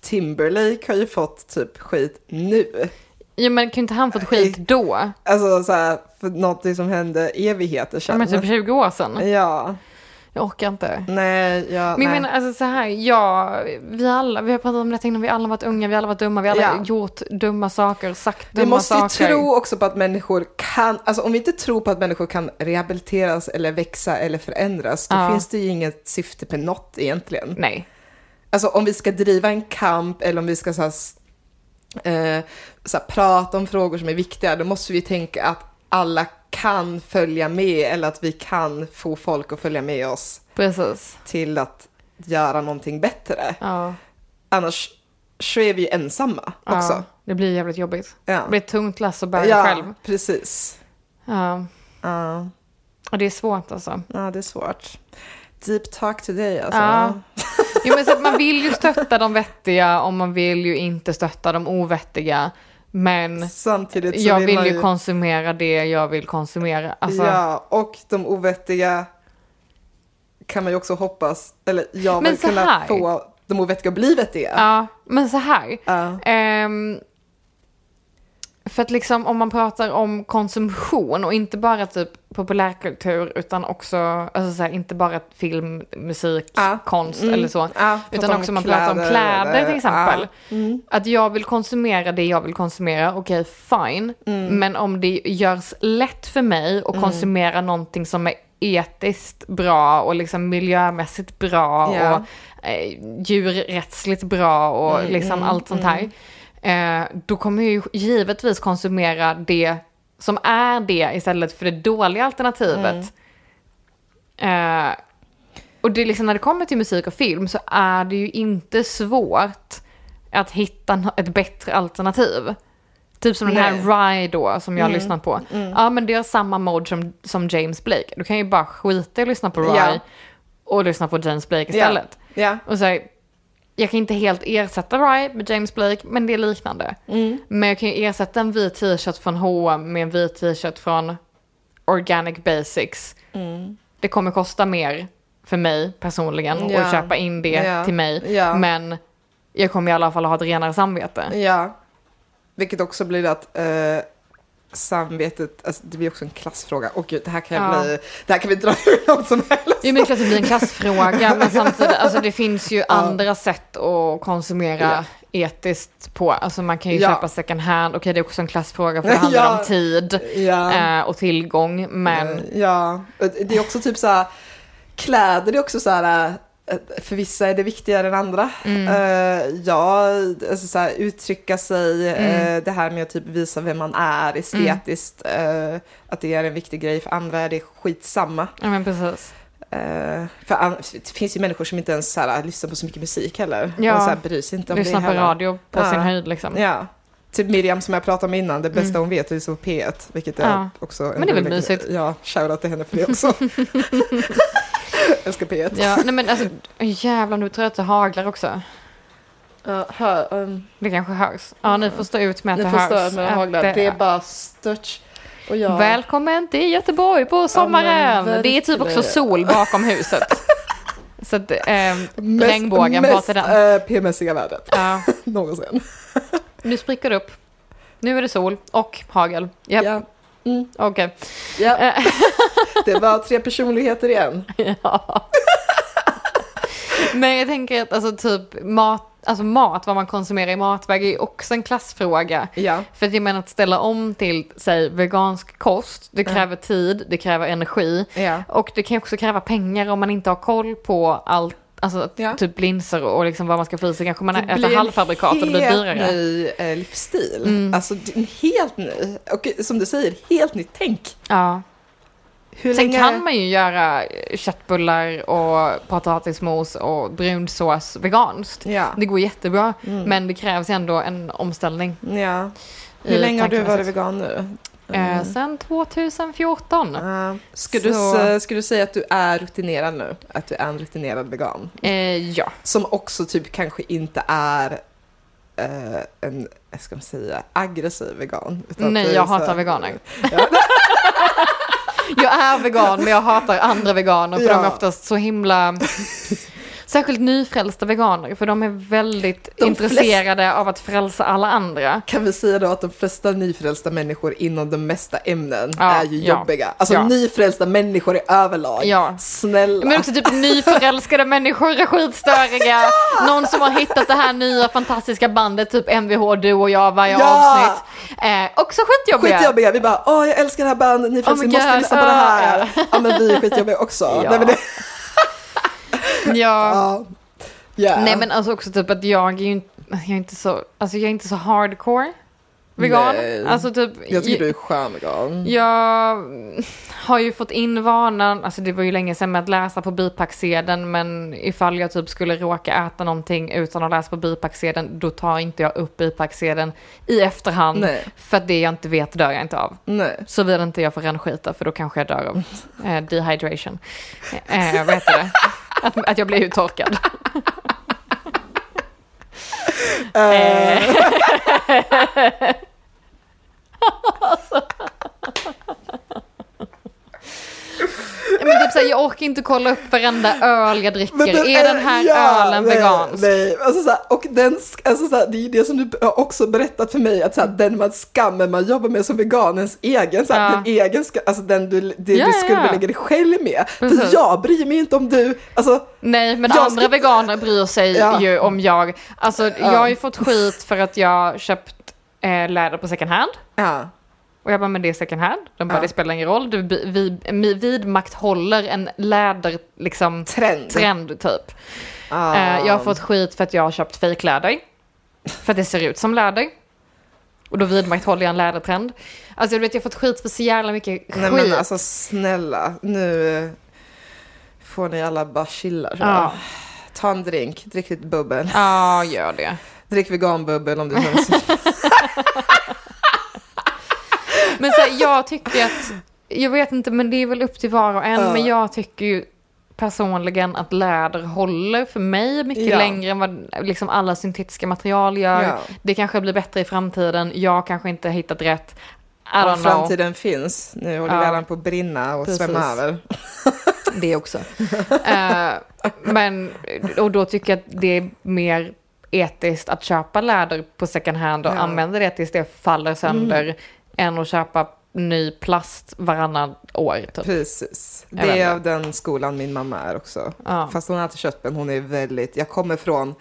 [SPEAKER 1] Timberlake har ju fått typ skit nu.
[SPEAKER 2] Ja men kan inte han fått skit då?
[SPEAKER 1] Alltså så här, för någonting som hände evigheter
[SPEAKER 2] Ja,
[SPEAKER 1] sedan.
[SPEAKER 2] men typ 20 år sedan.
[SPEAKER 1] Ja,
[SPEAKER 2] Jag orkar inte.
[SPEAKER 1] nej, ja,
[SPEAKER 2] Men jag
[SPEAKER 1] nej.
[SPEAKER 2] menar alltså så här, ja, vi alla, vi har pratat om detta innan, vi alla har varit unga, vi alla har varit dumma, vi alla
[SPEAKER 1] Ja.
[SPEAKER 2] har gjort dumma saker, sagt dumma
[SPEAKER 1] Vi måste ju
[SPEAKER 2] saker.
[SPEAKER 1] tro också på att människor kan, alltså om vi inte tror på att människor kan rehabiliteras eller växa eller förändras, då
[SPEAKER 2] Ja.
[SPEAKER 1] finns det ju inget syfte med något egentligen.
[SPEAKER 2] Nej.
[SPEAKER 1] Alltså om vi ska driva en kamp eller om vi ska så här, s- eh, så här, prata om frågor som är viktiga, då måste vi tänka att alla kan följa med eller att vi kan få folk att följa med oss
[SPEAKER 2] Precis.
[SPEAKER 1] till att göra någonting bättre.
[SPEAKER 2] Ja.
[SPEAKER 1] Annars så är vi ju ensamma också.
[SPEAKER 2] Ja. Det blir jävligt jobbigt.
[SPEAKER 1] Ja.
[SPEAKER 2] Det blir ett tungt lass att bära
[SPEAKER 1] Ja,
[SPEAKER 2] själv.
[SPEAKER 1] precis.
[SPEAKER 2] Ja.
[SPEAKER 1] Ja.
[SPEAKER 2] Och det är svårt alltså.
[SPEAKER 1] Ja, det är svårt. Deep talk today alltså.
[SPEAKER 2] Ja. Jo, men så att man vill ju stötta de vettiga och man vill ju inte stötta de ovettiga. Men
[SPEAKER 1] Samtidigt så
[SPEAKER 2] jag
[SPEAKER 1] vill,
[SPEAKER 2] vill
[SPEAKER 1] man
[SPEAKER 2] ju konsumera det jag vill konsumera. Alltså,
[SPEAKER 1] Ja, och de ovettiga kan man ju också hoppas, eller jag
[SPEAKER 2] Men
[SPEAKER 1] vill
[SPEAKER 2] så
[SPEAKER 1] kunna
[SPEAKER 2] här.
[SPEAKER 1] få de ovettiga att bli vettiga.
[SPEAKER 2] Ja, men så här.
[SPEAKER 1] Ja.
[SPEAKER 2] Ehm, för att liksom om man pratar om konsumtion och inte bara typ populärkultur utan också, alltså så här, inte bara film, musik,
[SPEAKER 1] Ja.
[SPEAKER 2] konst
[SPEAKER 1] Mm.
[SPEAKER 2] eller så.
[SPEAKER 1] Ja,
[SPEAKER 2] Utan
[SPEAKER 1] prata om
[SPEAKER 2] också man pratar om kläder till exempel.
[SPEAKER 1] Ja. Mm.
[SPEAKER 2] Att jag vill konsumera det jag vill konsumera, okej fine.
[SPEAKER 1] Mm.
[SPEAKER 2] Men om det görs lätt för mig att konsumera någonting som är etiskt bra och liksom miljömässigt
[SPEAKER 1] Ja.
[SPEAKER 2] bra
[SPEAKER 1] Mm,
[SPEAKER 2] och eh, djurrättsligt bra och liksom allt sånt här. Eh, då kommer jag ju givetvis konsumera det som är det istället för det dåliga
[SPEAKER 1] Mm.
[SPEAKER 2] alternativet. Eh, och det är liksom när det kommer till musik och film så är det ju inte svårt att hitta nå- ett bättre alternativ. Typ som den
[SPEAKER 1] Nej. Mm.
[SPEAKER 2] här Rye då som jag har lyssnat på. Ja men det är samma mode som, som James Blake. Du kan ju bara skita i att lyssna på Rye
[SPEAKER 1] Ja.
[SPEAKER 2] och lyssna på James Blake istället.
[SPEAKER 1] Ja.
[SPEAKER 2] Och så här, jag kan inte helt ersätta Rye med James Blake men det är liknande.
[SPEAKER 1] Mm.
[SPEAKER 2] Men jag kan ju ersätta en vit t-shirt från H&M med en vit t-shirt från Organic Basics. Det kommer kosta mer för mig personligen att
[SPEAKER 1] Ja.
[SPEAKER 2] köpa in det
[SPEAKER 1] Ja.
[SPEAKER 2] till mig.
[SPEAKER 1] Ja.
[SPEAKER 2] Men jag kommer i alla fall ha ett renare samvete.
[SPEAKER 1] ja. Vilket också blir att eh, samvetet, alltså det blir också en klassfråga. Och gud, det här kan, jag
[SPEAKER 2] Ja.
[SPEAKER 1] bli, det här kan vi dra hur långt som helst.
[SPEAKER 2] Jo men klart det blir en klassfråga men samtidigt, alltså det finns ju andra sätt att konsumera etiskt på. Alltså man kan ju
[SPEAKER 1] Ja.
[SPEAKER 2] köpa second hand, okej det är också en klassfråga för det handlar
[SPEAKER 1] Ja.
[SPEAKER 2] om tid
[SPEAKER 1] Ja. Eh,
[SPEAKER 2] eh, och tillgång men
[SPEAKER 1] Ja, det är också typ så här, kläder det är också så här, eh, för vissa är det viktigare än andra.
[SPEAKER 2] mm,
[SPEAKER 1] Eh, ja, alltså så här, uttrycka sig,
[SPEAKER 2] Mm.
[SPEAKER 1] eh, det här med att typ visa vem man är estetiskt, eh, att det är en viktig grej, för andra är det skitsamma.
[SPEAKER 2] Ja men precis.
[SPEAKER 1] Eh, för an- det finns ju människor som inte ens så här, äh, lyssnar på så mycket musik heller,
[SPEAKER 2] Ja.
[SPEAKER 1] och så här, bryr sig inte om
[SPEAKER 2] Lyssna
[SPEAKER 1] det
[SPEAKER 2] på
[SPEAKER 1] heller.
[SPEAKER 2] radio på
[SPEAKER 1] Ja.
[SPEAKER 2] sin höjd liksom.
[SPEAKER 1] Ja. Typ Miriam som jag pratade om innan, det bästa hon vet är så P1, vilket är
[SPEAKER 2] Mm. Ja.
[SPEAKER 1] också... en
[SPEAKER 2] Men det är väl
[SPEAKER 1] rolig-
[SPEAKER 2] mysigt.
[SPEAKER 1] Ja, shoutout till henne för det också. Älskar P1.
[SPEAKER 2] Ja, nej men alltså jävlar nu tror jag att det haglar också.
[SPEAKER 1] Ja, hör, um,
[SPEAKER 2] Det kanske hörs. Ja ni får stå ut med att
[SPEAKER 1] ni
[SPEAKER 2] det hörs.
[SPEAKER 1] förstör med
[SPEAKER 2] Att
[SPEAKER 1] haglar. Det är bara stört. Och jag...
[SPEAKER 2] Välkommen till Göteborg på sommaren!
[SPEAKER 1] verkligen.
[SPEAKER 2] det är typ också sol bakom huset. Så att, ehm,
[SPEAKER 1] mest-
[SPEAKER 2] regnbågen, var
[SPEAKER 1] mest,
[SPEAKER 2] till den.
[SPEAKER 1] eh, PMSiga värdet
[SPEAKER 2] Ja,
[SPEAKER 1] någonsin.
[SPEAKER 2] nu spricker det upp. Nu är det sol och hagel. Japp,
[SPEAKER 1] Ja. Mm,
[SPEAKER 2] okej. Eh,
[SPEAKER 1] ja. det var tre personligheter igen.
[SPEAKER 2] Ja. Men jag tänker att alltså, typ mat, alltså mat, vad man konsumerar i matväg är också en klassfråga.
[SPEAKER 1] Ja.
[SPEAKER 2] För att jag menar att ställa om till, säg vegansk kost, det kräver tid, det kräver energi.
[SPEAKER 1] Ja.
[SPEAKER 2] Och det kan ju också kräva pengar om man inte har koll på allt, alltså att
[SPEAKER 1] Ja.
[SPEAKER 2] typ linser och liksom vad man ska få i sig. Kanske man äter halvfabrikat och det blir
[SPEAKER 1] helt
[SPEAKER 2] dyrare. Mm.
[SPEAKER 1] ny eh, livsstil. Alltså det är en helt ny, och som du säger, helt nytt tänk.
[SPEAKER 2] Ja.
[SPEAKER 1] Hur
[SPEAKER 2] Sen
[SPEAKER 1] länge-
[SPEAKER 2] kan man ju göra köttbullar och potatismos och brunsås veganskt.
[SPEAKER 1] Ja. Mm.
[SPEAKER 2] Det går jättebra, men det krävs ändå en omställning.
[SPEAKER 1] Ja. Hur
[SPEAKER 2] i
[SPEAKER 1] länge har du varit
[SPEAKER 2] tankemässigt.
[SPEAKER 1] vegan nu? Mm.
[SPEAKER 2] Eh, sen 2014.
[SPEAKER 1] Uh, skulle, du,
[SPEAKER 2] Så-
[SPEAKER 1] s- skulle du säga att du är rutinerad nu? Att du är en rutinerad vegan?
[SPEAKER 2] Eh, ja.
[SPEAKER 1] Som också typ kanske inte är eh, en, jag ska man säga, aggressiv vegan. utan
[SPEAKER 2] Nej,
[SPEAKER 1] du är
[SPEAKER 2] jag
[SPEAKER 1] så här-
[SPEAKER 2] hatar veganer. jag är vegan, men jag hatar andra veganer för
[SPEAKER 1] Ja.
[SPEAKER 2] de är oftast så himla... Särskilt nyfrälsta veganer, för de är väldigt
[SPEAKER 1] De flest-
[SPEAKER 2] intresserade av att frälsa alla andra.
[SPEAKER 1] Kan vi säga då att de flesta nyfrälsta människor inom de mesta ämnen
[SPEAKER 2] Ja,
[SPEAKER 1] är ju
[SPEAKER 2] ja,
[SPEAKER 1] jobbiga? Alltså
[SPEAKER 2] ja.
[SPEAKER 1] nyfrälsta människor i överlag.
[SPEAKER 2] Ja.
[SPEAKER 1] Snälla.
[SPEAKER 2] Men också typ nyförälskade människor är skitstöriga. Någon som har hittat det här nya fantastiska bandet, typ Mvh, du och jag varje
[SPEAKER 1] Ja.
[SPEAKER 2] avsnitt. Eh, också skitjobbiga.
[SPEAKER 1] Skitjobbiga, vi bara åh jag älskar det här bandet, ni
[SPEAKER 2] Oh my
[SPEAKER 1] oh måste
[SPEAKER 2] God,
[SPEAKER 1] lyssna på det
[SPEAKER 2] ah,
[SPEAKER 1] här. Ja men vi är skitjobbiga också.
[SPEAKER 2] Ja.
[SPEAKER 1] Nej, men det,
[SPEAKER 2] Ja.
[SPEAKER 1] ja. Yeah.
[SPEAKER 2] Nej men alltså också typ att jag är ju inte, jag är inte så, alltså jag är inte så hardcore vegan.
[SPEAKER 1] Nej.
[SPEAKER 2] Alltså typ,
[SPEAKER 1] Jag tycker du är skön vegan.
[SPEAKER 2] Mm. jag har ju fått in vanan, alltså det var ju länge sedan med att läsa på bipacksedeln men ifall jag typ skulle råka äta någonting utan att läsa på bipacksedeln då tar inte jag upp bipacksedeln i efterhand
[SPEAKER 1] Nej.
[SPEAKER 2] för att det jag inte vet dör jag inte av.
[SPEAKER 1] Nej.
[SPEAKER 2] Såvida inte jag får rännskita för då kanske jag dör av eh, dehydration. Eh, vad heter det? Att, att jag blir uttorkad.
[SPEAKER 1] Eh,
[SPEAKER 2] Ja, Men typ såhär, jag orkar inte kolla upp varenda öl jag dricker.
[SPEAKER 1] men
[SPEAKER 2] är den här
[SPEAKER 1] eh, ja,
[SPEAKER 2] ölen
[SPEAKER 1] nej,
[SPEAKER 2] vegansk?
[SPEAKER 1] Nej, alltså såhär, och den, sk- alltså såhär, det är ju det som du har också berättat för mig, att såhär, den man skammen man jobbar med som vegan, ens egen, såhär,
[SPEAKER 2] Mm. Ja.
[SPEAKER 1] den egen, ska, alltså den du, det
[SPEAKER 2] Ja,
[SPEAKER 1] du
[SPEAKER 2] ja,
[SPEAKER 1] skulle
[SPEAKER 2] ja. Mhm.
[SPEAKER 1] lägga dig själv med.
[SPEAKER 2] Precis.
[SPEAKER 1] För jag bryr mig inte om du, alltså,
[SPEAKER 2] Nej, men
[SPEAKER 1] Jag
[SPEAKER 2] andra
[SPEAKER 1] ska-
[SPEAKER 2] veganer bryr sig
[SPEAKER 1] Ja.
[SPEAKER 2] ju om jag. Alltså, jag har ju fått skit för att jag köpt eh, läder på second hand.
[SPEAKER 1] ja.
[SPEAKER 2] Och jag bara, men det är second hand. De bara,
[SPEAKER 1] Ja.
[SPEAKER 2] det spelar ingen roll. Du bi- vi, mi- vidmakthåller en läder, liksom,
[SPEAKER 1] Trend.
[SPEAKER 2] trend typ.
[SPEAKER 1] Ah.
[SPEAKER 2] Eh, jag har fått skit för att jag har köpt fejkläder. För att det ser ut som läder. Och då vidmakthåller jag en lädertrend. Alltså du vet, jag har fått skit för så jävla mycket skit.
[SPEAKER 1] Nej men alltså snälla, nu eh, får ni alla bara chilla. tror jag.
[SPEAKER 2] Ja.
[SPEAKER 1] Ta en drink, drick lite bubbel.
[SPEAKER 2] Ja, gör det.
[SPEAKER 1] Drick veganbubbel om det känns
[SPEAKER 2] Men så här, jag tycker att, jag vet inte, men det är väl upp till var och en.
[SPEAKER 1] Ja.
[SPEAKER 2] Men jag tycker ju personligen att läder håller för mig mycket
[SPEAKER 1] Ja.
[SPEAKER 2] längre än vad liksom alla syntetiska material gör.
[SPEAKER 1] Ja.
[SPEAKER 2] Det kanske blir bättre i framtiden. Jag kanske inte har hittat rätt. I don't
[SPEAKER 1] Om
[SPEAKER 2] know.
[SPEAKER 1] framtiden finns. Nu håller
[SPEAKER 2] Ja.
[SPEAKER 1] världen på att brinna och
[SPEAKER 2] Precis.
[SPEAKER 1] svämma över.
[SPEAKER 2] Det också. Eh, men, och då tycker jag att det är mer etiskt att köpa läder på second hand och
[SPEAKER 1] Ja. Mm.
[SPEAKER 2] använda det tills det faller sönder än att köpa ny plast varannan år. Typ.
[SPEAKER 1] Precis.
[SPEAKER 2] Jag vet
[SPEAKER 1] Det är
[SPEAKER 2] inte.
[SPEAKER 1] av den skolan min mamma är också.
[SPEAKER 2] Ja.
[SPEAKER 1] Fast hon äter kött men hon är väldigt, jag kommer från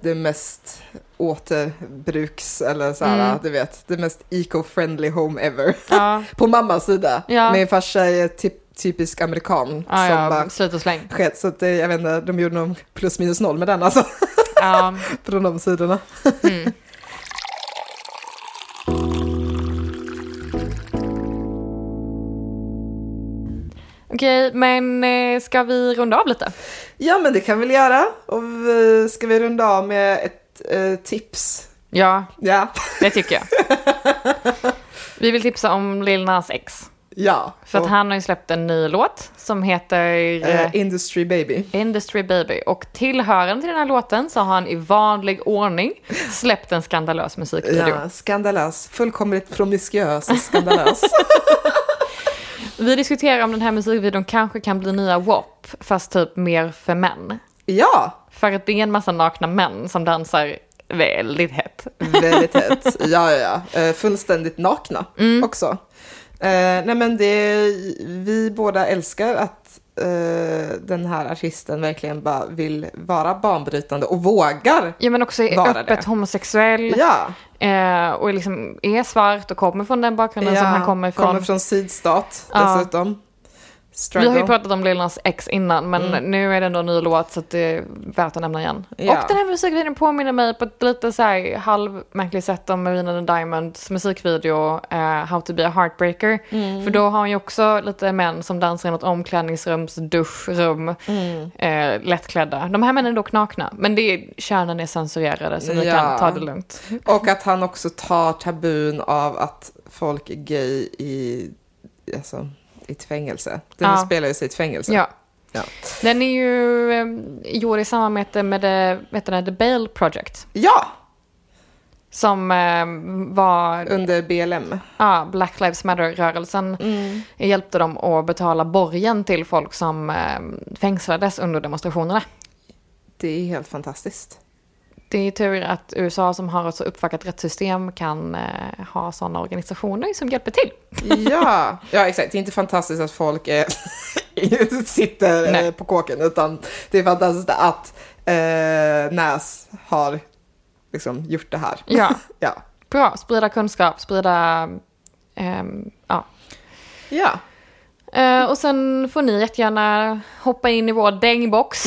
[SPEAKER 1] det mest återbruks eller så här,
[SPEAKER 2] Mm.
[SPEAKER 1] du vet, det mest eco-friendly home ever.
[SPEAKER 2] Ja,
[SPEAKER 1] På mammas sida.
[SPEAKER 2] Ja.
[SPEAKER 1] Min farsa är typ, typisk amerikan
[SPEAKER 2] ja,
[SPEAKER 1] som
[SPEAKER 2] Ah, ja
[SPEAKER 1] bara
[SPEAKER 2] slit och släng.
[SPEAKER 1] sket, så att det, jag vet inte, de gjorde någon plus minus noll med den alltså,
[SPEAKER 2] Ja,
[SPEAKER 1] från de sidorna.
[SPEAKER 2] mm. Okej, men eh, ska vi runda av lite?
[SPEAKER 1] Ja men det kan vi väl göra. Och vi, ska vi runda av med ett eh, tips?
[SPEAKER 2] Ja,
[SPEAKER 1] Ja.
[SPEAKER 2] det tycker jag. Vi vill tipsa om Lil Nas X.
[SPEAKER 1] Ja.
[SPEAKER 2] För att
[SPEAKER 1] Och,
[SPEAKER 2] han har ju släppt en ny låt som heter eh,
[SPEAKER 1] eh, industry baby.
[SPEAKER 2] Industry Baby. Och tillhörande till den här låten så har han i vanlig ordning släppt en skandalös musikvideo.
[SPEAKER 1] Ja, skandalös. Fullkomligt promiskuös och skandalös.
[SPEAKER 2] Vi diskuterar om den här musikvideon kanske kan bli nya WAP, fast typ mer för män.
[SPEAKER 1] ja,
[SPEAKER 2] För att det är en massa nakna män som dansar väldigt hett.
[SPEAKER 1] väldigt hett. Ja, ja, ja. Eh, fullständigt nakna
[SPEAKER 2] Mm.
[SPEAKER 1] också. Eh, nej men det, vi båda älskar att eh, den här artisten verkligen bara vill vara banbrytande och vågar.
[SPEAKER 2] Ja men också är
[SPEAKER 1] Vara
[SPEAKER 2] öppet
[SPEAKER 1] det.
[SPEAKER 2] homosexuell
[SPEAKER 1] Ja,
[SPEAKER 2] eh, och liksom är svart och kommer från den bakgrunden som han kommer från.
[SPEAKER 1] kommer från sydstat
[SPEAKER 2] Ja.
[SPEAKER 1] dessutom.
[SPEAKER 2] Vi
[SPEAKER 1] struggle.
[SPEAKER 2] har ju pratat om Lil Nas X innan men nu är det ändå en ny låt så att det är värt att nämna igen.
[SPEAKER 1] Ja.
[SPEAKER 2] Och den här musikvideon påminner mig på ett lite så här halvmärkligt sätt om Marina and the Diamonds musikvideo eh, How to be a heartbreaker.
[SPEAKER 1] Mm,
[SPEAKER 2] För då har hon ju också lite män som dansar i något omklädningsrums duschrum,
[SPEAKER 1] mm.
[SPEAKER 2] eh, lättklädda. De här männen är dock nakna men det är, kärnan är censurerade så vi
[SPEAKER 1] Ja.
[SPEAKER 2] kan ta det lugnt.
[SPEAKER 1] Och att han också tar tabun av att folk är gay i, alltså, i ett fängelse. Den
[SPEAKER 2] Ja.
[SPEAKER 1] spelar ju sig i ett fängelse.
[SPEAKER 2] Ja.
[SPEAKER 1] Ja.
[SPEAKER 2] Den är ju eh, gjord i samarbete med det, vet du, det, The Bale Project.
[SPEAKER 1] Ja,
[SPEAKER 2] Som eh, var,
[SPEAKER 1] under BLM.
[SPEAKER 2] ja, Black Lives Matter-rörelsen hjälpte dem att betala borgen till folk som eh, fängslades under demonstrationerna.
[SPEAKER 1] Det är helt fantastiskt.
[SPEAKER 2] Det är tur att USA som har ett så uppfackat rättssystem kan eh, ha sådana organisationer som hjälper till.
[SPEAKER 1] Ja, ja exakt. Det är inte fantastiskt att folk eh, sitter eh,
[SPEAKER 2] Nej.
[SPEAKER 1] på kåken, utan det är fantastiskt att eh, Näs har liksom gjort det här.
[SPEAKER 2] Ja,
[SPEAKER 1] Ja.
[SPEAKER 2] bra. Sprida kunskap, sprida... ehm, ja.
[SPEAKER 1] Ja.
[SPEAKER 2] Eh, och sen får ni jättegärna hoppa in i vår dängbox,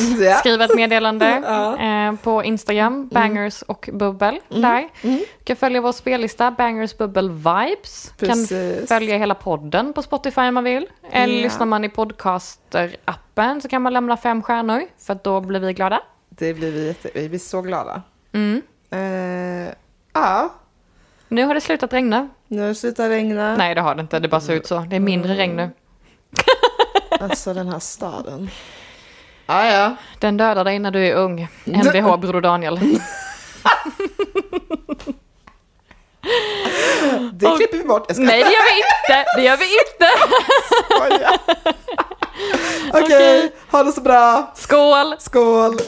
[SPEAKER 1] Ja.
[SPEAKER 2] skriva ett meddelande
[SPEAKER 1] Ja. Mm.
[SPEAKER 2] eh, på Instagram, bangers och bubbel där. Du kan följa vår spellista, bangers bubbel vibes. Kan
[SPEAKER 1] Precis.
[SPEAKER 2] följa hela podden på Spotify om man vill. Eller
[SPEAKER 1] Ja.
[SPEAKER 2] lyssnar man i podcaster-appen så kan man lämna fem stjärnor för att då blir vi glada.
[SPEAKER 1] Det blir vi, jätte, vi blir så glada. Eh, ja,
[SPEAKER 2] Mm. Nu har det slutat regna.
[SPEAKER 1] nu har det slutat regna.
[SPEAKER 2] Nej det har det inte, det bara ser ut så. Det är mindre regn nu.
[SPEAKER 1] Alltså den här staden. Ja, Ah, ja.
[SPEAKER 2] Den dödar dig när du är ung. NBH Broder Daniel.
[SPEAKER 1] Det
[SPEAKER 2] Och-
[SPEAKER 1] klipper vi bort. Jag ska
[SPEAKER 2] Nej det gör vi inte! Det gör vi inte!
[SPEAKER 1] skoja. Okej,
[SPEAKER 2] Okej.
[SPEAKER 1] ha det så bra.
[SPEAKER 2] Skål!
[SPEAKER 1] Skål.